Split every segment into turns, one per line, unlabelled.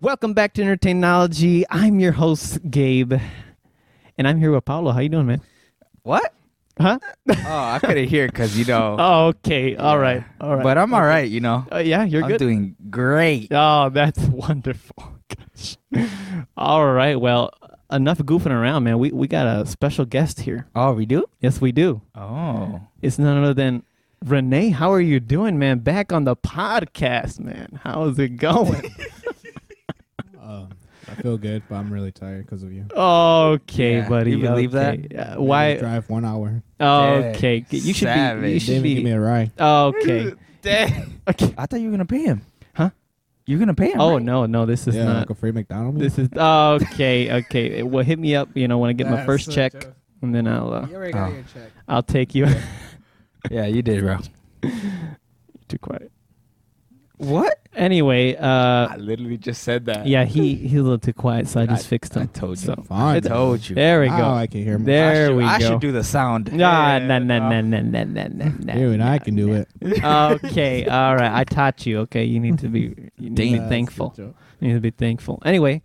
Welcome back to Entertainology. I'm your host, Gabe, and I'm here with Paolo. How you doing, man?
What?
Huh?
Oh, I couldn't hear because you know.
Oh, okay. All right. All right.
But I'm all right, you know.
Uh, yeah, you're
I'm
good.
doing great.
Oh, that's wonderful. Gosh. All right. Well, enough goofing around, man. We we got a special guest here.
Oh, we do?
Yes, we do.
Oh,
It's none other than Renee. How are you doing, man? Back on the podcast, man. How is it going?
Um, I feel good, but I'm really tired because of you.
okay,
Yeah,
buddy.
you believe
okay. Uh, why?
drive one hour?
Okay. You should be. You
Savage.
Didn't
should
even give me
be.
a ride.
Okay. okay.
I thought you were gonna pay him.
Huh?
You're gonna pay him?
Oh
right?
no, no, this is
yeah,
not.
like a free McDonald's.
This is okay. Okay. Well, hit me up. You know, when I get my
That's
first
so
check,
true.
and then I'll uh,
already
got Oh.
your check.
I'll take you.
Yeah, you did, bro.
Too quiet.
What?
Anyway, uh,
literally just said that.
yeah, he he's a little too quiet, so I just fixed him.
I told you.
So
I
Fine.
told you.
there we go.
Now I can hear my
There-
I should,
we
I
go.
should do the sound.
Nah, nah, nah, nah, nah, nah, nah, nah, nah.
Dude, I can do it.
okay, all right. I taught you. Okay, you need to be you need to be
Damn.
thankful. You need to be thankful. Anyway,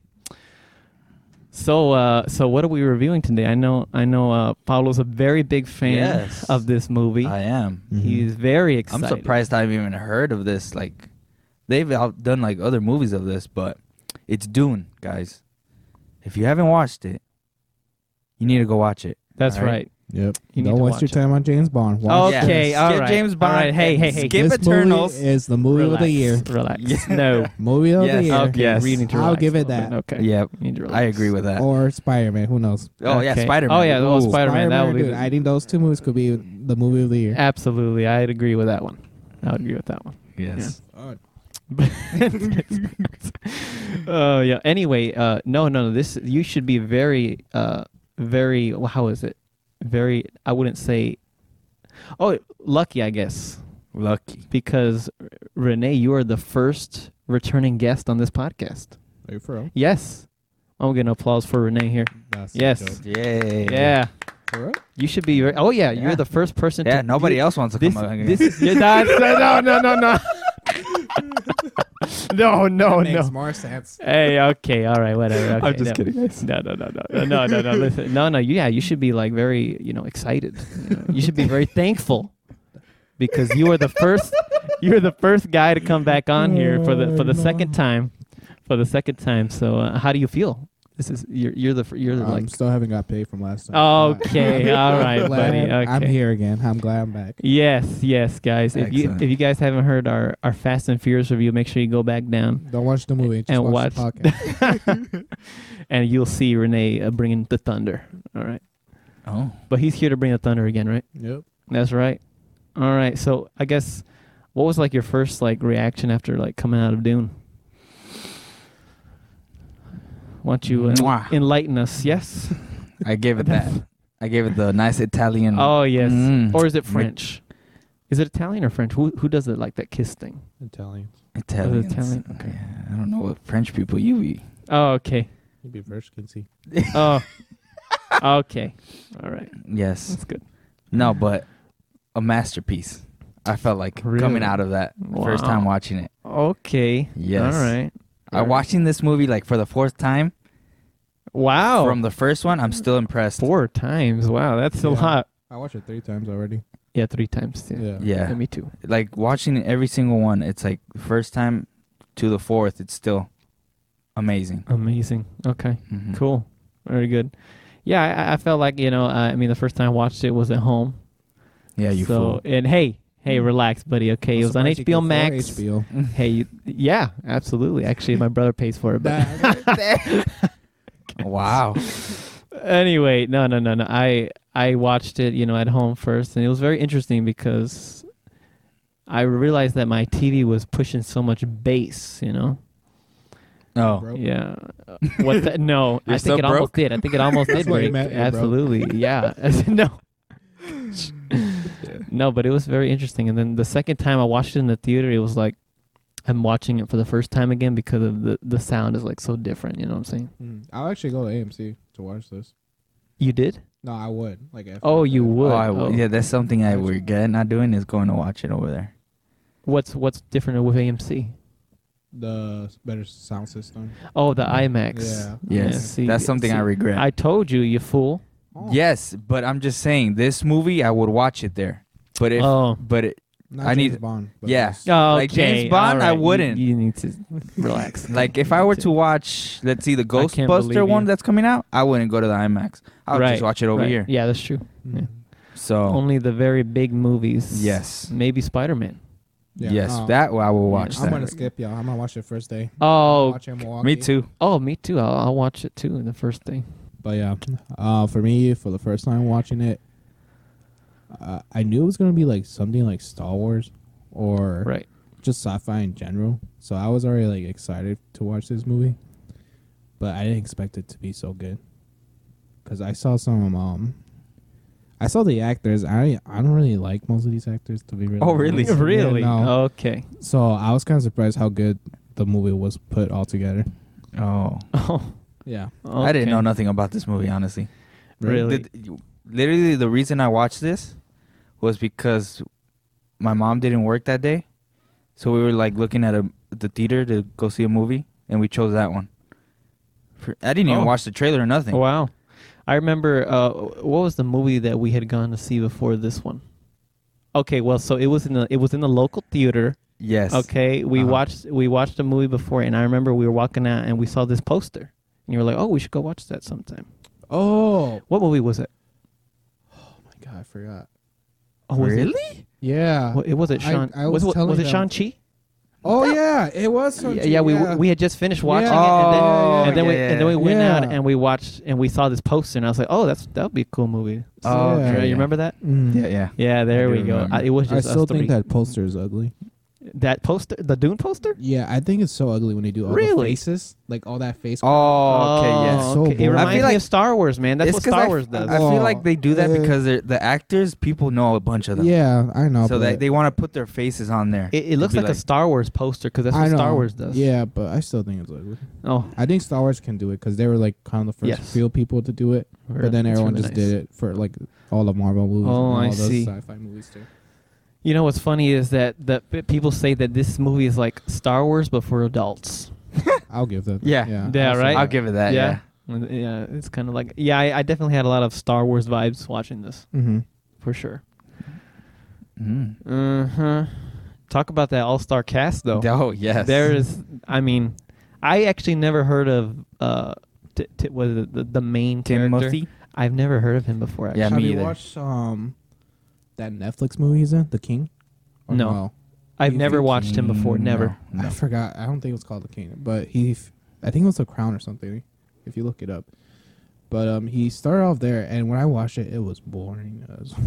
so uh, so what are we reviewing today? I know I know uh, Paulo's a very big fan
Yes.
of this movie.
I am.
He's very
I'm
excited.
surprised I've even heard of this. Like, they've out- done like other movies of this, but it's Dune, guys. If you haven't watched it, you need to go watch it.
That's
All right.
right.
Mm-hmm. Yep.
You
Don't
need to
waste your
watch it.
time on James Bond. Watch
Yeah.
Okay,
this.
all
Skip
right.
James Bond
All right, hey, hey, hey.
Skip
this
Eternals.
movie is the movie
relax,
of the year.
Relax.
Yeah.
No. Oh,
Movie of
Yes.
the year.
Okay.
Yes.
We need to
I'll
relax
give
a
it
little
that.
bit. Okay.
Yeah,
You need to relax.
I agree with that.
Or Spider Man. Who knows?
oh yeah,
Okay.
Spider Man.
Oh, yeah, well, Spider- Spider-Man, that would be
dude,
the-
I think those two movies could be the movie of the year.
Absolutely, I'd agree with that one. I would agree with that one.
Yes.
Oh yeah. Anyway, uh, no, no, no. This you should be very, uh, very. well, How is it? Very. I wouldn't say. Oh, lucky, I guess,
Lucky.
because R- Renee, you are the first returning guest on this podcast.
Are you for real?
Yes, I'm getting applause for Renee here.
That's a
Yes.
joke.
Yay.
Yeah,
For real?
you should be. Very, oh yeah,
Yeah.
you're the first person.
Yeah.
to,
Nobody else wants to
This,
come. out.
this is your dad. No, no, no, no. No, no,
Makes
Oh, no.
more sense.
Hey, okay, all right, whatever. Okay, no.
guys.
No, no, no, no, no, no, no. Listen, no, no. Yeah, you should be like very, you know, excited. You, know? You should be very thankful because you are the first. You're the first guy to come back on here for the for
Oh,
the second time, for the second time. So, uh, how do you feel? This is you're you're the fir- you're the,
I'm
like Oh,
still haven't got paid from last time.
okay, all right, buddy.
Glad
Okay,
I'm here again. I'm glad I'm back.
Yes, yes, guys. If
Excellent.
you if you guys haven't heard our our Fast and Furious review, make sure you go back down
Don't watch the movie. Just
And
watch,
watch-
the podcast.
and you'll see Renee uh, bringing the thunder. All right,
Oh.
but he's here to bring the thunder again, right?
yep.
That's right. All right. So I guess what was like your first like reaction after like coming out of Dune? Why don't you en-
Mwah.
enlighten us? Yes.
I gave it that. I gave it the nice Italian.
Oh yes.
Mm.
Or is it French? Is it Italian or French? Who who does it like that kiss thing?
Italian.
Italians.
Italian, okay.
Yeah, I don't know what French people you eat.
Oh okay.
You'd be first, can see.
Oh. okay. All right.
Yes.
That's good.
No, but a masterpiece. I felt like
Really?
coming out of that the first
Wow.
time watching it.
Okay.
Yes.
All right.
I Uh, watching this movie like for the fourth time
Wow.
from the first one. I'm still impressed.
Oh. four times. Wow, that's a
Yeah.
lot.
I watched it three times already.
Yeah, three times. Yeah.
Yeah.
Yeah.
Me too.
Like watching every single one. It's like the first time to the fourth. It's still amazing.
Amazing. Okay.
Mhm.
Cool. Very good. Yeah, I- I, I felt like you know. Uh, I mean, the first time I watched it was at home.
Yeah, you
so,
fool.
And hey, hey, relax, buddy. Okay, it was on
Surprised you
HBO
go for
Max.
HBO.
Hey, you, yeah, absolutely. Actually, my brother pays for it. But
wow.
anyway, no, no, no, no. I I watched it, you know, at home first, and it was very interesting because I realized that my TV was pushing so much bass. You know.
No.
Broke.
Yeah. Uh, What the, no, I
You're
think
so
it almost
broke?
did. I think it almost did
That's what he
break.
meant, yeah, broke.
Absolutely. Yeah. no. no, but it was very interesting. And then the second time I watched it in the theater, it was like I'm watching it for the first time again because of the the sound is like so different, you know what I'm saying?
Mm. I'll actually go to AMC to watch this.
You did?
No, I would. Like after
Oh, you
Oh,
would.
I-
Oh.
Yeah, that's something I regret not doing is going to watch it over there.
What's what's different with AMC?
the better sound system.
Oh, the IMAX.
Yeah.
Yes,
Yeah, see-
that's something I
see,
regret.
I told you, you fool.
Oh,
yes, but I'm just saying this movie I would watch it there. But if
oh,
but it,
Not
I
James
need-
Bond. but
yeah.
yes.
like James
okay,
Bond,
all
I
right, you-
wouldn't.
You, need to relax.
like if I were to watch let's see the
I can't believe you.
Ghostbuster one that's coming out, I wouldn't go to the IMAX. I would
Right,
just watch it over
right.
here.
Yeah, that's true.
Mhm.
So
Only the very big movies.
yes.
Maybe Spider Man.
Yeah,
yes,
um,
that I will watch
I'm
that.
gonna skip y'all. I'm gonna watch it first day.
Oh,
Watch it in Milwaukee.
Me too.
oh, me too. I'll, I'll watch it too in the first thing.
But yeah, uh, for me, for the first time watching it, uh, I knew it was gonna be like something like Star Wars, or
Right.
just sci-fi in general. So I was already like excited to watch this movie, but I didn't expect it to be so good. Cause I saw some, um, I saw the actors. I I don't really like most of these actors to be real.
Oh, really?
honest.
Really? Oh.
Yeah, no.
Okay.
So I was kind of surprised how good the movie was put all together.
Oh.
Oh,
Yeah,
I didn't
okay.
know nothing about this movie, honestly.
Really?
Did- you- literally, the reason I watched this was because my mom didn't work that day, so we were like looking at a the theater to go see a movie, and we chose that one. For- I didn't
Oh.
even watch the trailer or nothing.
Wow. I remember uh, what was the movie that we had gone to see before this one? Okay, well, so it was in the it was in the local theater.
Yes.
Okay, we
Uh-huh.
watched we watched a movie before, and I remember we were walking out and we saw this poster, and you were like, "Oh, we should go watch that sometime."
Oh
What movie was it?
my god, I forgot.
Oh, was It,
Really?
Yeah.
wa- it was it
I-
Sean.
I
was,
was
it- was
telling
it
them-
Sean Chi?
Oh yeah, it was.
Yeah,
Shang-Chi,
yeah, we we had just finished watching it, and then,
Oh,
and then we
yeah,
and then we
yeah.
went out
Yeah.
and we watched and we saw this poster, and I was like, "Oh, that's that would be a cool movie."
Oh,
Yeah,
okay.
you remember that?
Mm.
Yeah, yeah.
Yeah, there
do
we go.
remember.
I, it was
I
just
still
us three.
think that poster is ugly.
That poster, the Dune poster.
Yeah, I think it's so ugly when they do all
Really?
the faces, like all that face.
Oh, okay,
Oh,
yes.
So
It
boring.
reminds
I feel
me
like-
of Star Wars, man. That's
It's
what
'cause
Star
I-
Wars does.
I feel
Oh.
like they do that
Uh,
because they're, the actors, people know a bunch of them.
yeah, I know.
So
but
they, they want to put their faces on there.
it, it
to
looks
be
like, a Star Wars poster because that's
I
what
know.
Star Wars does.
Yeah, but I still think it's ugly.
Oh,
I think Star Wars can do it because they were like kind of the first
Yes.
few people to do it, but then everyone just did it for like all the Marvel movies
Oh,
and all
I
those
see.
sci-fi movies too.
You know what's funny is that that p- people say that this movie is like Star Wars but for adults.
I'll give that.
Yeah.
yeah,
Yeah,
I'll say
right?
I'll
that.
give it that.
Yeah.
yeah.
And, Yeah, it's kind of like yeah. I, I definitely had a lot of Star Wars vibes watching this
Mhm.
for sure.
Mm.
Uh
Mm-hmm.
huh. Talk about that all star cast though.
Oh yes.
There is, I mean, I actually never heard of uh, t- t- was it the, the main character.
Timothy.
I've never heard of him before. Actually.
Yeah,
Have
me
you
either.
watched um that Netflix movie he's in, The King? Or
No. I've
You
never
think-
watched him before.
Mm,
Never.
no,
I
no.
forgot. I don't think it was called The King, but he, f- I think it was The Crown or something. If you look it up, but um, he started off there, and when I watched it, it was boring. As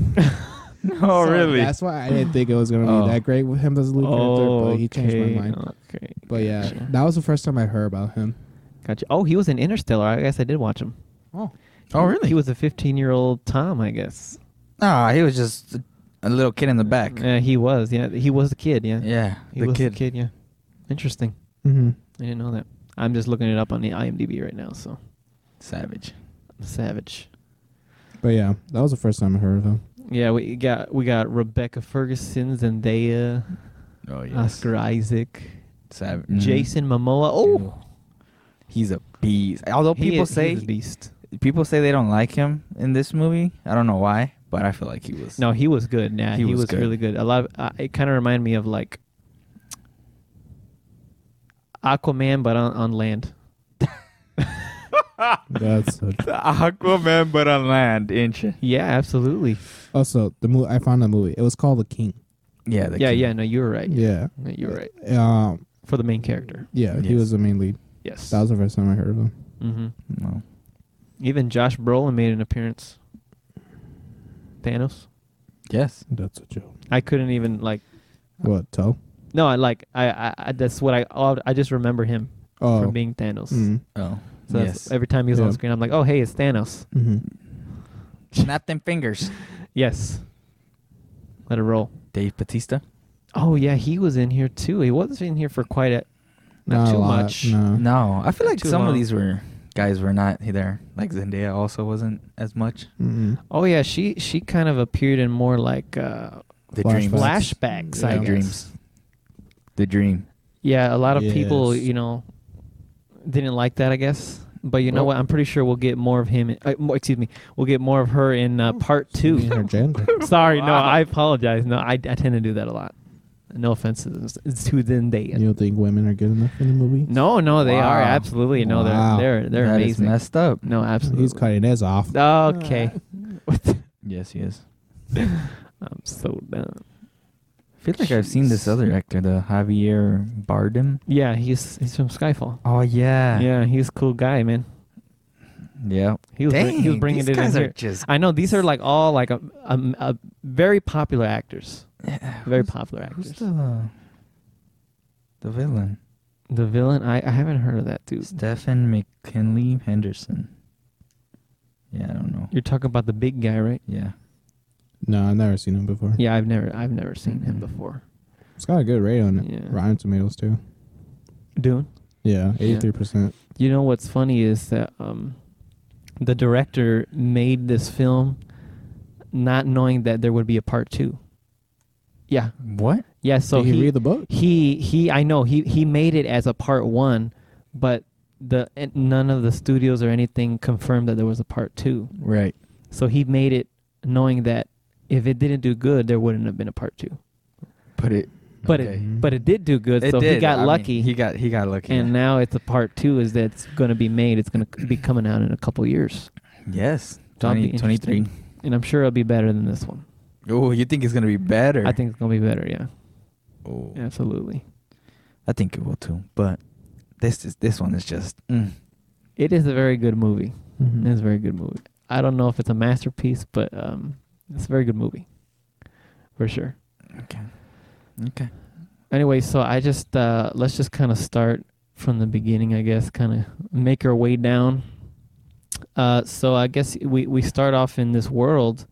Oh
So
really?
That's why I didn't think it was gonna be
Oh.
that great with him as a lead character, but he changed my mind.
Okay.
But yeah,
Gotcha.
that was the first time I heard about him.
Gotcha. Oh, he was in Interstellar. I guess I did watch him.
Oh,
Oh, really?
He was a 15 year old Tom, I guess.
Ah, he was just a little kid in the back.
Yeah, he was. Yeah, he was the kid. Yeah.
Yeah,
He
the
was
kid.
the kid. Yeah. Interesting.
mm-hmm.
I didn't know that. I'm just looking it up on the IMDb right now. So
Savage.
savage.
but yeah, that was the first time I heard of him.
Yeah, we got we got Rebecca Ferguson, Zendaya,
Oh
Oscar Isaac,
Savage.
Mm-hmm. Jason Momoa. Oh,
he's a beast. Although
he
people
is-
say
he's a beast.
people say they don't like him in this movie. I don't know why, but I feel like he was.
No, he was good. Yeah, he,
He
was,
was good.
really good. A lot. Of, uh, it kind of reminded me of like Aquaman, but on, on land.
That's a,
Aquaman, but on land, ain't you?
Yeah, absolutely.
also the movie. I found that movie. It was called The King.
Yeah. The
yeah,
kid.
yeah. No, you were right.
Yeah,
No, you were right
um,
for the main character.
yeah, he
Yes.
was the main lead.
Yes.
That was the first time I heard of him.
hmm
No.
Even Josh Brolin made an appearance. Thanos.
Yes.
That's a joke.
I couldn't even like.
What toe?
No, I like. I. I, I that's what I. all- I just remember him
Oh,
from being Thanos.
mm.
Oh.
So that's,
yes.
every time he was on
Yeah.
screen, I'm like, oh hey, it's Thanos.
hmm
Snap them fingers.
Yes. Let it roll.
Dave Batista.
Oh yeah, he was in here too. He was in here for quite a not,
Not a
too
lot,
much.
No.
No, I feel
Not
like
too
some
long.
of these were guys were not there. Like Zendaya also wasn't as much.
Mm-mm.
Oh yeah, she she kind of appeared in more like uh,
The
Flashbacks.
dream,
flashbacks. I
Yeah.
guess.
Dreams. the dream.
Yeah, a lot of people,
Yes.
you know, didn't like that, I guess. But you know
Well-
what? I'm pretty sure we'll get more of him. In, uh, more, excuse me, we'll get more of her in uh, part two.
Intergender.
Sorry, no,
Wow.
I apologize. No, I, I tend to do that a lot. No offense to this- it's to them they.
You don't think women are good enough in the movie?
No, no, they are
Wow.
absolutely no.
Wow.
They're they're they're
That is
amazing.
messed up.
No, absolutely.
He's cutting his off.
okay,
Yes, he is.
I'm so down.
I feel like I've seen this
Jeez.
other actor, the Javier Bardem.
Yeah, he's he's from Skyfall.
Oh yeah,
Yeah, he's a cool guy, man.
yeah.
He was bring, he was bringing
these
it
guys
in
are
here.
just
I know these are like all like a, a, a very popular actors. Very popular
who's
actors. The,
the the villain?
villain? I, I haven't heard of that dude.
Stephen McKinley Henderson. Yeah, I don't know.
You're talking about the big guy, right?
Yeah,
No, I've never seen him before.
Yeah, I've never I've never seen him
Mhm.
before.
It's got a good rate on it.
Yeah.
Rotten Tomatoes too.
Dune.
Yeah,
Yeah.
eighty three percent.
You know what's funny is that um, the director made this film not knowing that there would be a part two. Yeah,
what?
yeah. So
Did he,
he
read the book?
he he I know he he made it as a part one, but the and none of the studios or anything confirmed that there was a part two.
Right.
So he made it knowing that if it didn't do good, there wouldn't have been a part two.
But it.
But
Okay.
it but it did do good,
Mm-hmm. It
so
did.
he got
I mean,
lucky.
he got he got lucky.
and now it's a part two is that's going to be made. It's going to be coming out in a couple years,
yes,
That'll be
20, 23.
and I'm sure it'll be better than this one.
Oh, you think it's gonna be better?
Mm-hmm. I think it's going to be better. Yeah,
Oh.
absolutely.
I think it will too. But this is this one is just. Mm.
It is a very good movie.
Mm-hmm.
Mhm.
It's a very good movie. I don't know if it's a masterpiece, but um, it's a very good movie, for sure.
Okay. Okay.
anyway, so I just uh, let's just kind of start from the beginning, I guess, kind of make our way down. Uh, so I guess we we start off in this world,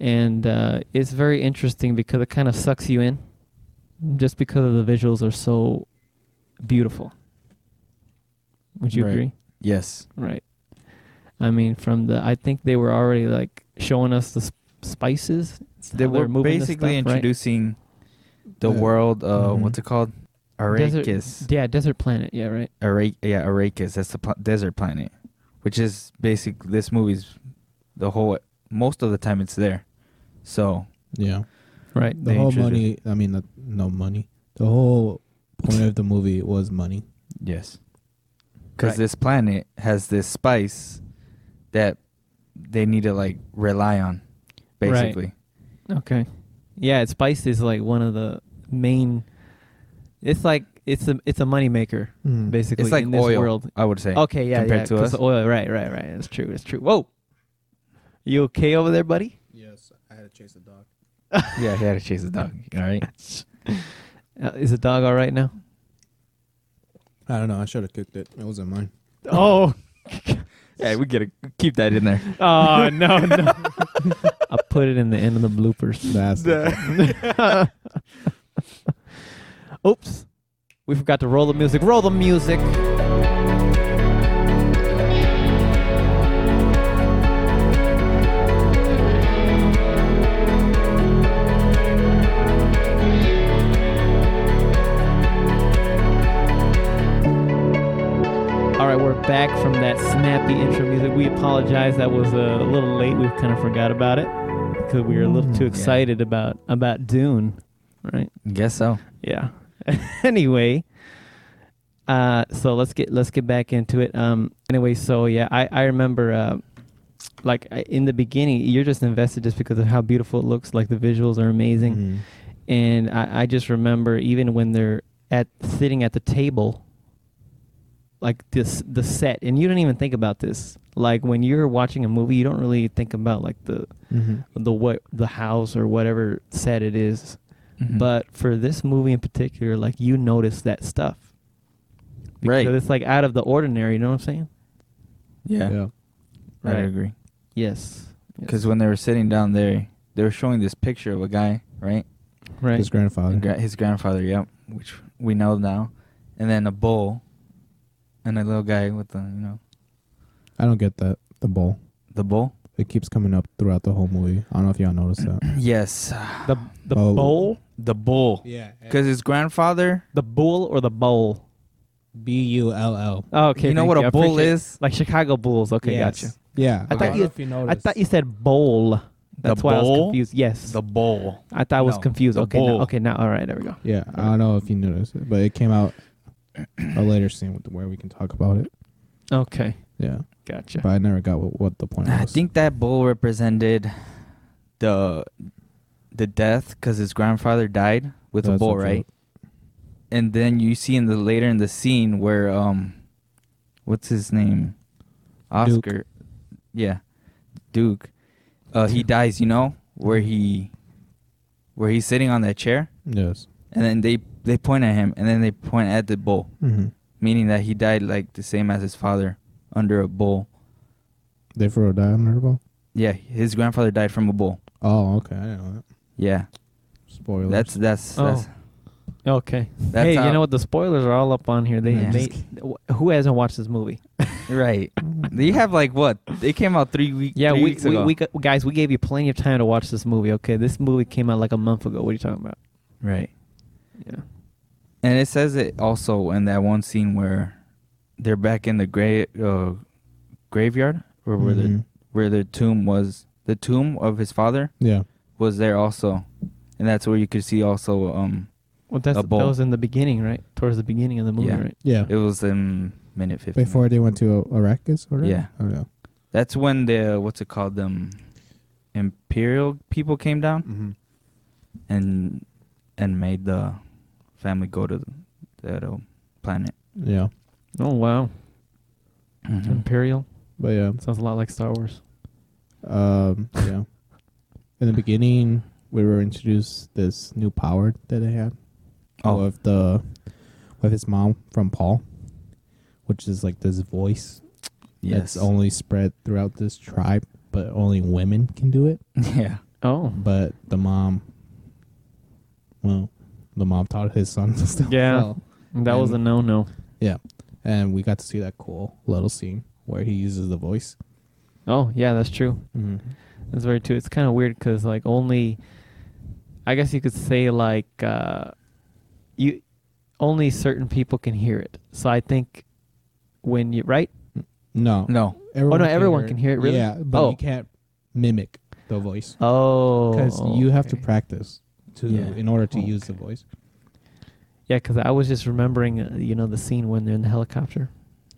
and uh, it's very interesting because it kind of sucks you in, just because of the visuals are so beautiful. Would you
Right.
agree?
Yes.
Right. I mean, from the I think they were already like showing us the sp- spices.
They
how they're
were
moving the
basically
stuff, right? Mm-hmm.
introducing the
Yeah.
world. Uh,
Mhm.
what's it called?
Desert-
Arrakis.
Yeah, desert planet. Yeah, right.
Arrak- yeah, Arrakis. That's the pl- desert planet, which is basically this movie's the whole. Most of the time, it's there. So
Yeah.
Right.
The
They
whole
introduced-
money I mean the, no money. The whole point of the movie was money.
yes, because
Right.
this planet has this spice that they need to like rely on,
Right.
basically.
Okay. Yeah, spice is like one of the main. It's like it's a it's a moneymaker basically
Mm. It's like
in this
oil.
world.
I would say.
Okay, yeah,
Compared
yeah.
to
'cause
us.
the oil, right, right, right. It's true. It's true. Whoa, you okay over there, buddy?
Yes, I had to chase the dog.
yeah, he had to chase the dog. All right.
Uh, is the dog all right now?
I don't know. I should have cooked it. It wasn't mine.
Oh,
Yeah, we gotta keep that in there.
oh no, no. I'll put it in the end of the bloopers.
That's
Oops, we forgot to roll the music. Roll the music. All right, we're back from that snappy intro music. We apologize; that was a little late. We've kind of forgot about it because we were a little too
Yeah.
excited about about Dune, right?
Guess so.
Yeah. anyway, uh, so let's get let's get back into it. Um, anyway, so yeah, I I remember uh, like I- in the beginning, you're just invested just because of how beautiful it looks. Like the visuals are amazing,
Mhm.
and I, I just remember even when they're at sitting at the table, like this the set, and you don't even think about this. Like when you're watching a movie, you don't really think about like the
Mhm.
the what the house or whatever set it is
Mm-hmm.
but for this movie in particular, like you notice that stuff.
Right.
Because it's like out of the ordinary, you know what I'm saying?
yeah,
yeah.
I
Right.
agree.
Yes.
Because when they were sitting down there, they were showing this picture of a guy, right?
right.
His grandfather.
His gra- His grandfather, yep, which we know now, and then a bowl, and a little guy with the you know
I don't get that. The bowl.
the bowl.
It keeps coming up throughout the whole movie. I don't know if y'all noticed that.
yes,
the the
Oh.
bowl.
The Bull.
Yeah.
Because his grandfather,
The bull or the bowl?
B U L L.
Oh, okay.
you know
thank
what
I
a bull
appreciate-
is?
Like Chicago Bulls. Okay, gotcha.
Yeah.
I
thought
don't
you-
know if
I
noticed.
thought you said bowl. That's why I was
bowl?
confused. Yes,
The Bull.
I thought I was
no,
confused.
the
Okay, now,
bull.
okay, now all right, there we go.
Yeah, I don't know if you noticed it, but it came out a later scene with where we can talk about it.
Okay,
Yeah,
gotcha.
but I never got what, what the point was.
I think that bull represented the the death because his grandfather died with a
That's
bull,
what the-
right? And then you see in the later in the scene where um, what's his name,
Duke.
Oscar, yeah, Duke, uh, he dies. You know where he where he's sitting on that chair,
Yes.
and then they they point at him, and then they point at the bull,
Mm-hmm.
meaning that he died like the same as his father under a bull.
They throw a die on her ball.
Yeah, his grandfather died from a bull.
Oh, okay. I didn't know that.
Yeah.
Spoilers.
That's that's
Oh.
that's,
Okay.
that's
hey,
how,
you know what? The spoilers are all up on here. They,
Yeah.
they wh- who hasn't watched this movie?
right?
Mm-hmm.
You have like what? They came out three weeks.
Yeah,
three
we,
weeks
we,
ago.
we got- guys, we gave you plenty of time to watch this movie. Okay, this movie came out like a month ago. What are you talking about?
right.
Yeah.
And it says it also in that one scene where they're back in the grave uh, graveyard or where the
Mhm.
where the tomb was. The tomb of his father
yeah.
was there also, and that's where you could see also. Um,
Well, that's
A
that
bowl.
was in the beginning, right? Towards the beginning of the movie,
Yeah.
right?
Yeah.
it was in minute fifteen.
Before they went to Arrakis, or
Yeah.
Oh, yeah.
that's when the what's it called? Um, imperial people came down.
Mm-hmm.
and and made the family go to the, the planet. Mm-hmm.
Yeah.
Oh wow, Mm-hmm. Imperial
But yeah.
sounds a lot like Star Wars.
Um. Yeah. In the beginning, we were introduced this new power that they had.
Oh,
with the with his mom from Paul, which is like this voice
yes.
that's only spread throughout this tribe, but only women can do it.
yeah.
Oh
But the mom, well, the mom taught his son to still
Yeah.
fall.
That was a
And-
no no.
and we got to see that cool little scene where he uses the voice.
Oh yeah, that's true.
Mm-hmm.
That's very true. It's kind of weird because like only, I guess you could say like uh, you only certain people can hear it. So I think when you right
No,
No.
everyone
no, everyone can hear it, really?
Yeah, but
Oh.
you can't mimic the voice
oh
because you have to
okay.
practice to
Yeah.
in order to
Oh,
use the voice.
yeah because I was just remembering uh, you know the scene when they're in the helicopter.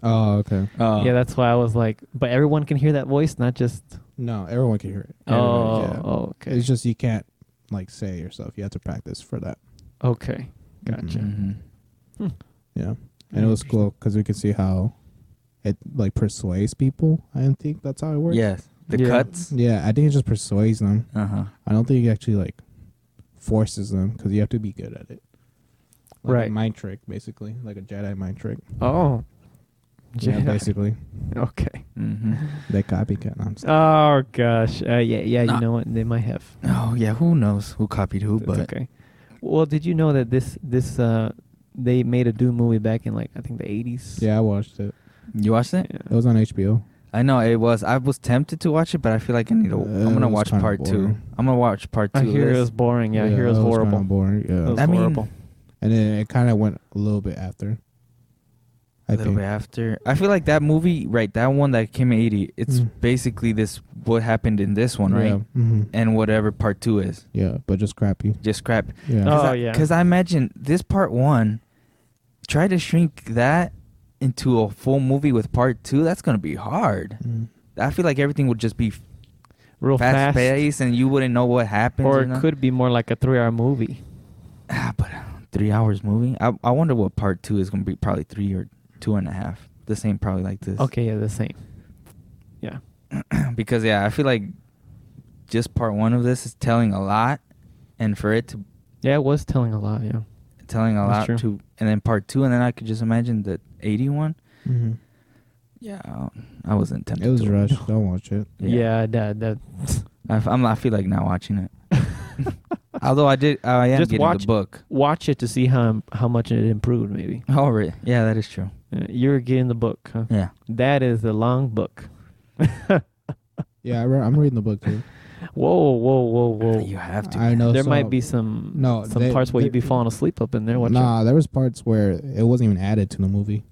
Oh, okay.
Uh,
yeah, that's why I was like, but everyone can hear that voice, not just
No, everyone can hear it.
oh,
Everybody, yeah.
oh, okay,
It's just you can't like say it yourself. You have to practice for that.
okay, gotcha.
Mm-hmm.
Mhm.
Yeah, and it was cool because we could see how it like persuades people. I think that's how it works.
Yes. The
Yeah.
cuts.
Yeah, I think it just persuades them.
Uh huh.
I don't think it actually like forces them because you have to be good at it. Like
Right.
A mind trick, basically, like a Jedi mind trick.
Oh,
Yeah.
Jedi.
basically,
okay.
hmm
they copycat. No, I'm just-
Oh gosh, uh, yeah, yeah. You
Nah.
know what? They might have.
Oh yeah. Who knows who copied who?
It's
But
okay. Well, did you know that this this uh they made a Doom movie back in like I think the eighties?
yeah, I watched it.
you watched it?
It was on HBO.
I know it was. I was tempted to watch it, but I feel like I need to.
Uh,
I'm
it
gonna
was
watch
kinda
part two.
boring.
I'm gonna watch part two.
I
of
hear it
this.
was boring. Yeah, I hear it was
that kinda
horrible.
boring.
It was
Yeah,
I mean,
horrible.
and then it kind of went a little bit after. I
a little
think.
bit after. I feel like that movie, right? That one that came in '80. It's
Mm.
basically this what happened in this one, right?
Yeah. hmm
And whatever part two is,
yeah, but just crappy.
just crap.
Yeah.
Oh,
Cause I,
yeah.
Because I imagine this part one, try to shrink that into a full movie with part two. That's gonna be hard.
Mm.
I feel like everything would just be
Real
fast
fast,
paced, and you wouldn't know what happens.
or
you know?
it could be more like a three-hour movie.
Ah, but uh, three hours movie. I I wonder what part two is gonna be. Probably three or two and a half. The same, probably like this.
Okay, yeah, the same. Yeah.
because yeah, I feel like just part one of this is telling a lot, and for it to
Yeah, it was telling a lot. Yeah.
telling a
That's true.
lot to, and then part two, and then I could just imagine the eighty one.
Mhm.
Yeah, I wasn't tempted.
It was
to it.
rushed. Don't watch it.
Yeah, that that
I, f- I'm not, I feel like not watching it. Although I did, I am
Just
getting
watch-
the book.
watch it to see how how much it improved. Maybe
Oh, really? Yeah, that is true.
uh, you're getting the book. Huh?
Yeah.
That is a long book.
Yeah, I re- I'm reading the book too.
Whoa, whoa, whoa, whoa.
You have to.
I know
there
so-
might be some
No,
some
they-
parts where
they-
you'd be falling asleep up in there. Watching.
Nah, there was parts where it wasn't even added to the movie.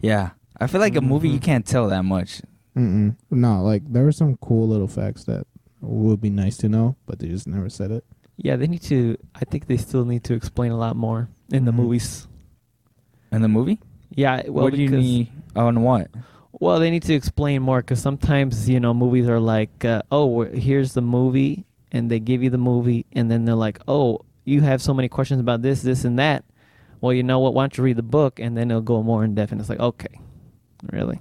Yeah, I feel like a movie you
Mhm.
can't tell that much.
Mm-mm. No, like there were some cool little facts that would be nice to know, but they just never said it.
Yeah, they need to. I think they still need to explain a lot more in the
Mhm.
movies.
In the movie,
Yeah, well,
what do you
because-
need on what?
Well, they need to explain more because sometimes you know movies are like, uh, oh, we're- here's the movie, and they give you the movie, and then they're like, oh, you have so many questions about this, this, and that. Well, you know what? Why don't you read the book, and then it'll go more in depth, and it's like, okay, really.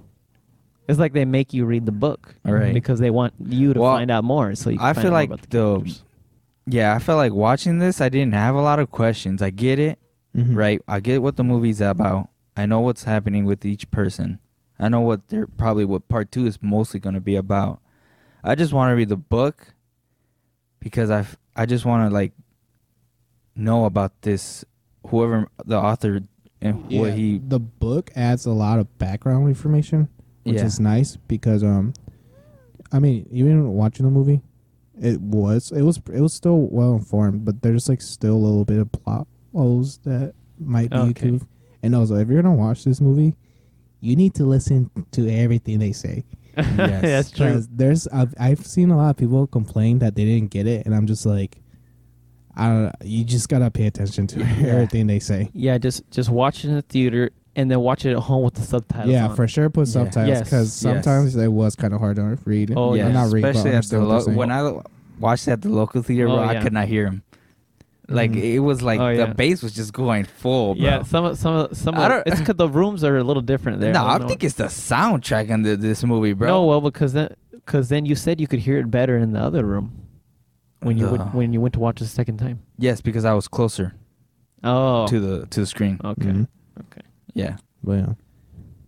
It's like they make you read the book,
All right.
Because they want you to
Well,
find out more, so you. Can
I
find
feel
out more
like
about the,
the-
characters.
Yeah, I felt like watching this. I didn't have a lot of questions. I get it,
Mm-hmm.
Mm-hmm.
right? I get what the movie's about. I know what's happening with each person. I know what they're probably what part two is mostly going to be about. I just want to read the book because I f- I just want to like know about this whoever the author and what he
the book adds a lot of background information, which
Yeah.
is nice because um, I mean, even watching the movie, it was it was it was still well informed, but there's like still a little bit of plot holes that might be
Okay.
too. And also, if you're gonna watch this movie, you need to listen to everything they say.
Yes.
that's true.
Because there's I've, I've seen a lot of people complain that they didn't get it, and I'm just like, I don't. You just gotta pay attention to everything they say.
Yeah, just just watch it in the theater and then watch it at home with the subtitles.
yeah,
on.
for sure. Put
Yeah.
subtitles
Yes,
because
yes.
sometimes it was kind of hard to read.
Oh,
Or
yeah.
not read, but
especially at
understand
the
what they're
lo-
saying.
when I lo- watched at the local theater,
Oh,
bro,
yeah.
I could not hear him. Like
Mhm.
it was like
Oh,
the
yeah.
bass was just going full, bro.
yeah, some of- some of- some.
I
of-
don't-
it's because the rooms are a little different there.
no, I,
don't know.
think it's the soundtrack in the, this movie, bro.
No, well, because then, cause then you said you could hear it better in the other room when you
No.
went, when you went to watch the second time.
Yes, because I was closer
Oh,
to the to the screen.
okay,
Mhm.
okay.
Yeah,
But yeah,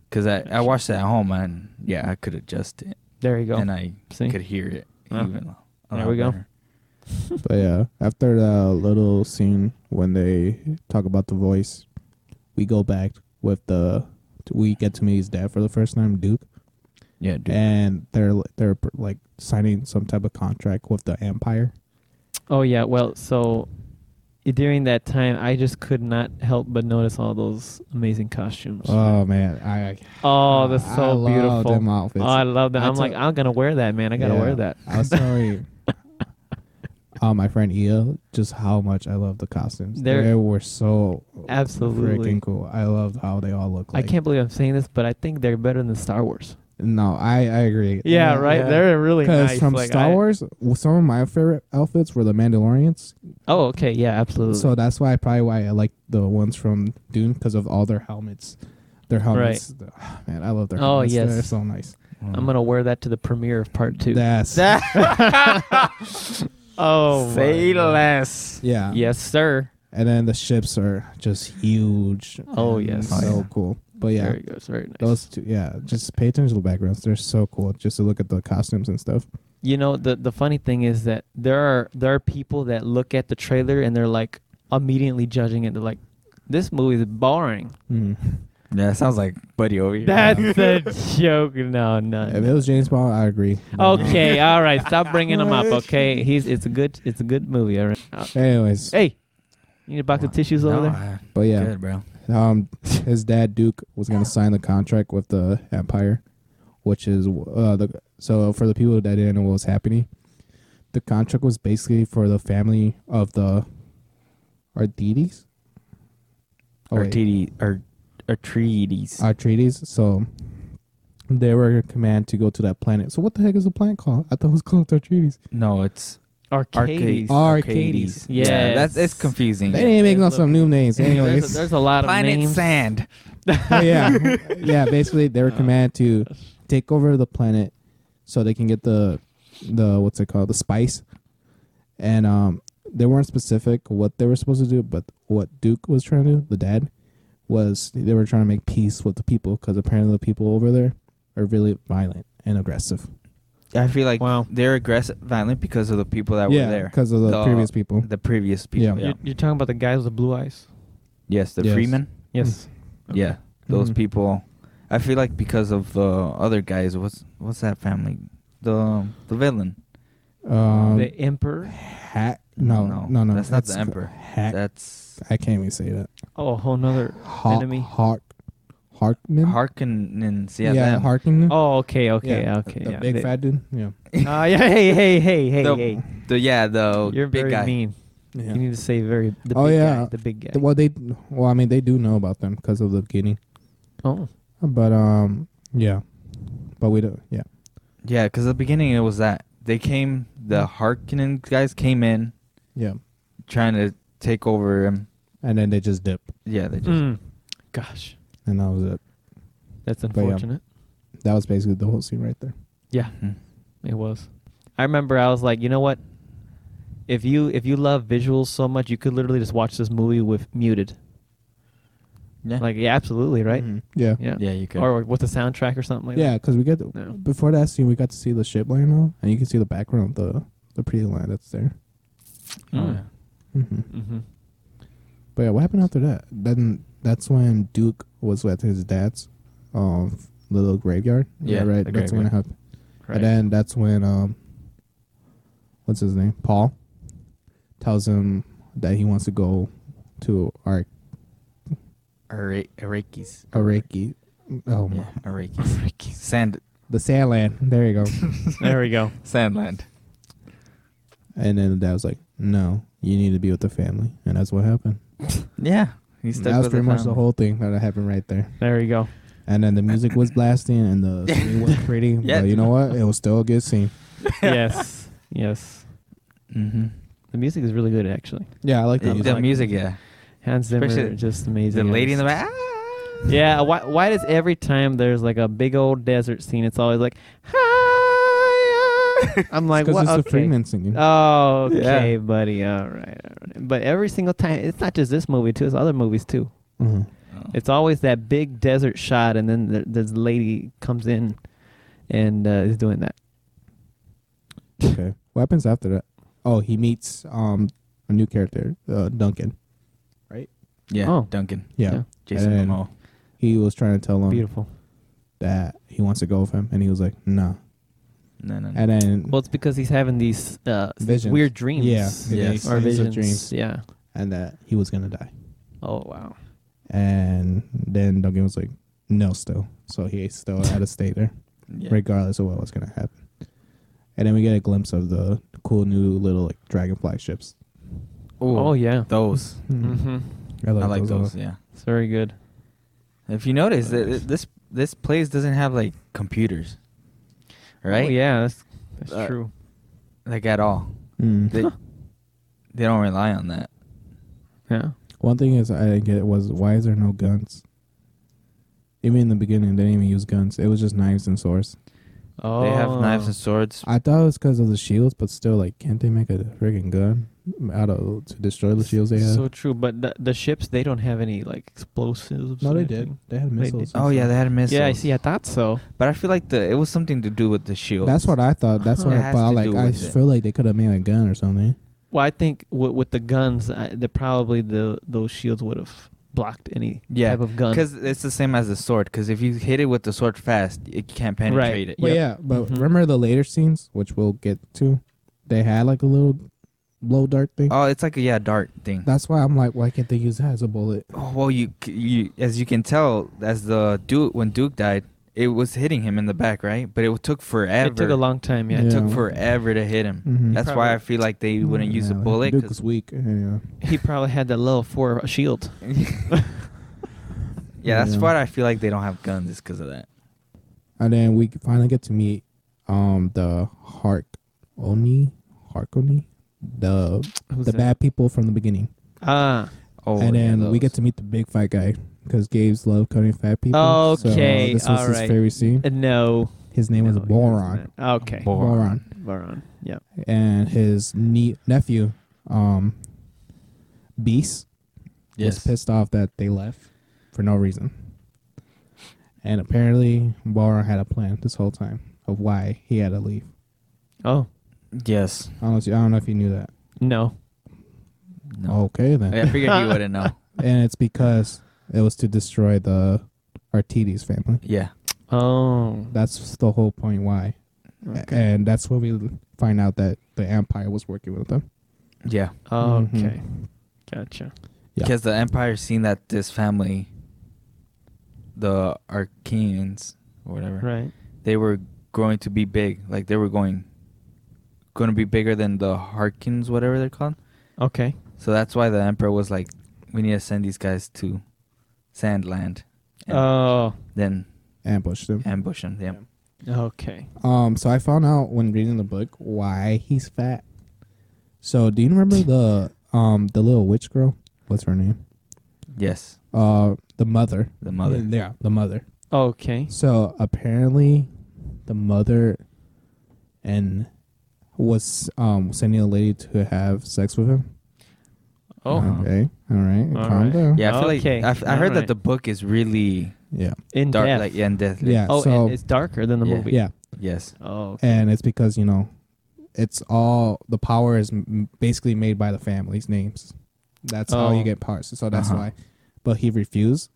because I, I watched it at home and yeah, I could adjust it
There you go.
and I
See?
could hear it
Yeah.
even. a
There
lot
we go.
better.
but yeah, after the little scene when they talk about the voice, we go back with the we get to meet his dad for the first time, Duke,
Yeah, dude.
and they're they're like signing some type of contract with the Empire.
Oh yeah. Well, so i- during that time, I just could not help but notice all those amazing costumes.
Oh man, I
oh, that's
I
so
love
beautiful.
them outfits.
oh, I love that.
I
I'm like,
took-
I'm gonna wear that, man. I gotta
Yeah.
wear that.
I was telling uh, my friend Ia just how much I love the costumes.
They're-
they were so
Absolutely.
freaking cool. I loved how they all look.
I
Like.
can't believe I'm saying this, but I think they're better than Star Wars.
No, I I agree.
Yeah, right.
yeah.
They're really
Because
nice.
from
like,
Star
I-
Wars, w- some of my favorite outfits were the Mandalorians.
Oh, okay. Yeah, absolutely.
So that's why probably why I like the ones from Dune because of all their helmets. Their helmets, ah, man, I love their.
Oh,
helmets.
yes.
they're so nice.
I'm gonna wear that to the premiere of part two.
That's
oh,
say
my God.
less.
yeah.
Yes, sir.
And then the ships are just huge.
Oh,
and
yes.
so
Oh, yeah.
cool. But yeah,
Very good. Very nice.
Those two, yeah. Just pay attention to the backgrounds. They're so cool. Just to look at the costumes and stuff.
you know, the the funny thing is that there are there are people that look at the trailer and they're like immediately judging it. They're like, "This movie is boring."
Yeah, it sounds like Buddy over here.
That's a joke. No,
If
no.
it was James Bond, I agree.
Okay, all right. Stop bringing him up. Okay, he's it's a good it's a good movie. All right. Uh,
Anyways,
hey, you need a box of tissues
No,
over there.
I-
but yeah,
Good, bro.
um, his dad Duke was gonna sign the contract with the Empire, which is uh the so for the people that didn't know what was happening, the contract was basically for the family of the Ardides. Oh,
Or
wait.
TD or or treaties.
our treaties. So they were commanded to go to that planet. So what the heck is the planet called? I thought it was called Archimedes.
no, it's
Arcades.
Arcades.
Arcades.
Yes.
that's it's confusing.
They didn't make no
there's a-
some new names.
There's
Anyways,
a, there's a lot of
Planet
names.
Sand.
But yeah, yeah. Basically, they were commanded to take over the planet so they can get the the what's it called the spice, and um, they weren't specific what they were supposed to do, but what Duke was trying to do, the dad, was they were trying to make peace with the people because apparently the people over there are really violent and aggressive.
I feel like
Wow.
they're aggressive, violent because of the people that
yeah,
were there.
because of the,
The-
previous people.
The previous people.
Yeah.
Yeah.
You're, you're talking about the guy with the blue eyes. Hmm.
Yes, the
Yes.
Freeman.
Yes.
Yeah, those
Mhm.
people. I feel like because of the other guys. What's what's that family? The the villain.
Um,
the Emperor.
Hat? No,
No,
no, no,
that's not the emperor.
Hack.
That's
I can't even say that.
Oh, a whole nother
Ha-
enemy.
Hark. Harkman.
Harkonnens. Yeah,
yeah,
them.
Harkman.
Oh, okay, okay,
Yeah,
okay.
the
yeah.
big
They-
fat dude. Yeah.
Ah, yeah, hey, hey, hey, hey,
The-
hey.
The- yeah, the
You're
big
very
guy.
mean.
yeah.
You need to say very. The
Oh,
big
yeah.
Guy, the big guy.
Th- Well, they. Well, I mean, they do know about them because of the beginning.
oh,
But um, yeah. But we don't. Yeah.
Yeah, because at the beginning it was that they came, the Harkonnen guys came in
Yeah.
trying to take over him.
And then they just dip,
Yeah, they just
Mm. gosh,
and that was it.
that's
yeah.
unfortunate.
That was basically the whole scene right there.
Mhm.
It was. I remember I was like, you know what? If you if you love visuals so much, you could literally just watch this movie with muted.
Yeah.
Like, yeah, absolutely, right?
Mhm. Yeah.
Yeah.
yeah, you could.
Or with the soundtrack or something like
Yeah, because we get the,
No.
before that scene, we got to see the ship laying out, and you can see the background of the the pretty line that's there.
that.
Oh,
Mm.
hmm
Mm-hmm.
But yeah, what happened after that? Then that's when Duke was at his dad's um little graveyard.
Yeah,
right.
the
That's when it
graveyard.
happened.
Right.
And then that's when um what's his name? Paul tells him that he wants to go to Ar-
Ara- Arakis.
Araki. Oh my
Yeah, Arakis. Sand,
the Sandland. There you go.
there we go.
Sandland.
and then the dad was like, No, you need to be with the family. And that's what happened.
Yeah, he stuck
Hmm. That was
with the
pretty much the
family.
whole thing that happened right there.
There we go.
And then the music was blasting and the scene was pretty.
Yeah.
But you know what? It was still a good scene.
yes. Yes.
Mm-hmm.
The music is really good, actually.
Yeah, I like the
The,
Yeah,
music.
the music, yeah.
Hans Zimmer,
Especially
just
He's the
amazing.
lady in the
artist.
back.
Yeah. Why, why does every time there's like a big old desert scene, it's always like, hi. I'm like,
Because
what?
it's the
okay.
Freeman singing.
Oh,
Yeah.
okay, buddy. All right, all right. But every single time, it's not just this movie too. It's other movies too.
Mhm.
Oh.
It's always that big desert shot, and then the, this lady comes in and uh, is doing that.
Okay. What happens after that? Oh, he meets um a new character, uh, Duncan.
yeah,
Oh.
Duncan.
Yeah.
Yeah.
Jason
And-
Momoa.
He was trying to tell him
Beautiful.
that he wants to go with him, and he was like, "Nah."
No, no, no.
And then
Well, it's because he's having these uh,
Visions.
weird dreams.
yeah,
Yes.
yeah,
Or
visions of
visions.
dreams,
Yeah.
and that he was gonna die.
Oh wow.
And then Duncan was like, "No, still." So he still had to stay there,
yeah.
regardless of what was gonna happen. And then we get a glimpse of the cool new little like dragonfly ships.
Ooh,
Oh yeah.
Those.
Mm-hmm.
I like those. Yeah.
It's very good.
If you notice, th- th- this this place doesn't have like computers, right?
Oh, yeah, that's that's
Uh,
true.
Like at all.
Mm.
They they don't rely on that.
Yeah.
One thing is I didn't get was why is there no guns? Even in the beginning, they didn't even use guns. It was just knives and swords.
Oh.
They have knives and swords.
I thought it was because of the shields, but still, like, can't they make a friggin' gun out of to destroy the shields they have?
So true, but the, the ships they don't have any like explosives.
no,
or
they
anything.
did. They had
They
missiles.
did.
and
Oh yeah,
stuff.
they had missiles.
Yeah, I see. I thought so.
But I feel like the it was something to do with the shield.
That's what I thought. That's what
It
I
has
thought.
to
Like,
do
I
with it.
feel like they could have made a gun or something.
Well, I think w- with the guns, I, the probably the those shields would have blocked any
Yeah,
type of gun.
because it's the same as the sword. Because if you hit it with the sword fast, it can't penetrate it.
But
Yep.
yeah, but
Mhm.
remember the later scenes, which we'll get to. They had like a little blow dart thing.
Oh, it's like a yeah dart thing.
That's why I'm like, why can't they use that as a bullet?
Oh, well, you c- you as you can tell as the Duke when Duke died, it was hitting him in the back, right? But it took forever.
it took a long time. Yeah,
It
Yeah.
took forever to hit him.
Mhm.
That's why I feel like they wouldn't use a
Yeah,
bullet.
Duke
'cause-
was weak. Yeah.
he probably had the level four shield.
yeah, that's
Yeah.
why I feel like they don't have guns. Is because of that.
And then we finally get to meet um the Hark Oni Harkoni the
Who's
the
that?
bad people from the beginning.
Ah,
Oh,
and
yeah,
then we
those.
get to meet the big fat guy because Gabe's love cutting fat people. so, uh,
Okay,
this was his
alright.
favorite scene.
uh, no.
His name was
No, he
Boron.
wasn't that. Okay,
Bor-
Boron.
Boron. Yeah.
And his nie- nephew, um, Beast, was pissed off that they left for no reason. And apparently, Boron had a plan this whole time of why he had to leave.
Oh
Yes.
I don't, I don't know if you knew that.
no.
No. Oh,
Okay then.
I figured you wouldn't know.
and it's because it was to destroy the Artides family.
Yeah.
Oh.
That's the whole point why.
Okay.
and that's when we find out that the Empire was working with them.
Yeah.
Okay.
Mhm.
Gotcha.
Yeah.
Because the Empire seen that this family, the Arcanians or whatever,
Right.
they were growing to be big. Like they were going, going to be bigger than the Harkins, whatever they're called.
Okay.
So that's why the Emperor was like, we need to send these guys to Sandland. And
Uh,
Oh.
then
Ambushed them.
ambush them. Yeah.
Okay.
Um, so I found out when reading the book why he's fat. So do you remember the um the little witch girl? What's her name?
Yes.
Uh, the mother.
The mother.
Yeah, the mother.
Okay.
So apparently, the mother and was um sending a lady to have sex with him.
Oh.
Uh-huh.
okay, all right,
All
calm
right.
down.
Yeah, I feel
Okay.
like I, f- I heard that
Alright.
the book is really
yeah,
In
dark,
depth.
like yeah, and deathly.
yeah.
Oh,
so
and it's darker than the
Yeah.
movie.
yeah,
Yes.
Oh. okay.
and it's because you know, it's all the power is m- basically made by the family's names. That's how
Oh.
you get powers. So that's
Uh-huh.
why. But he refused.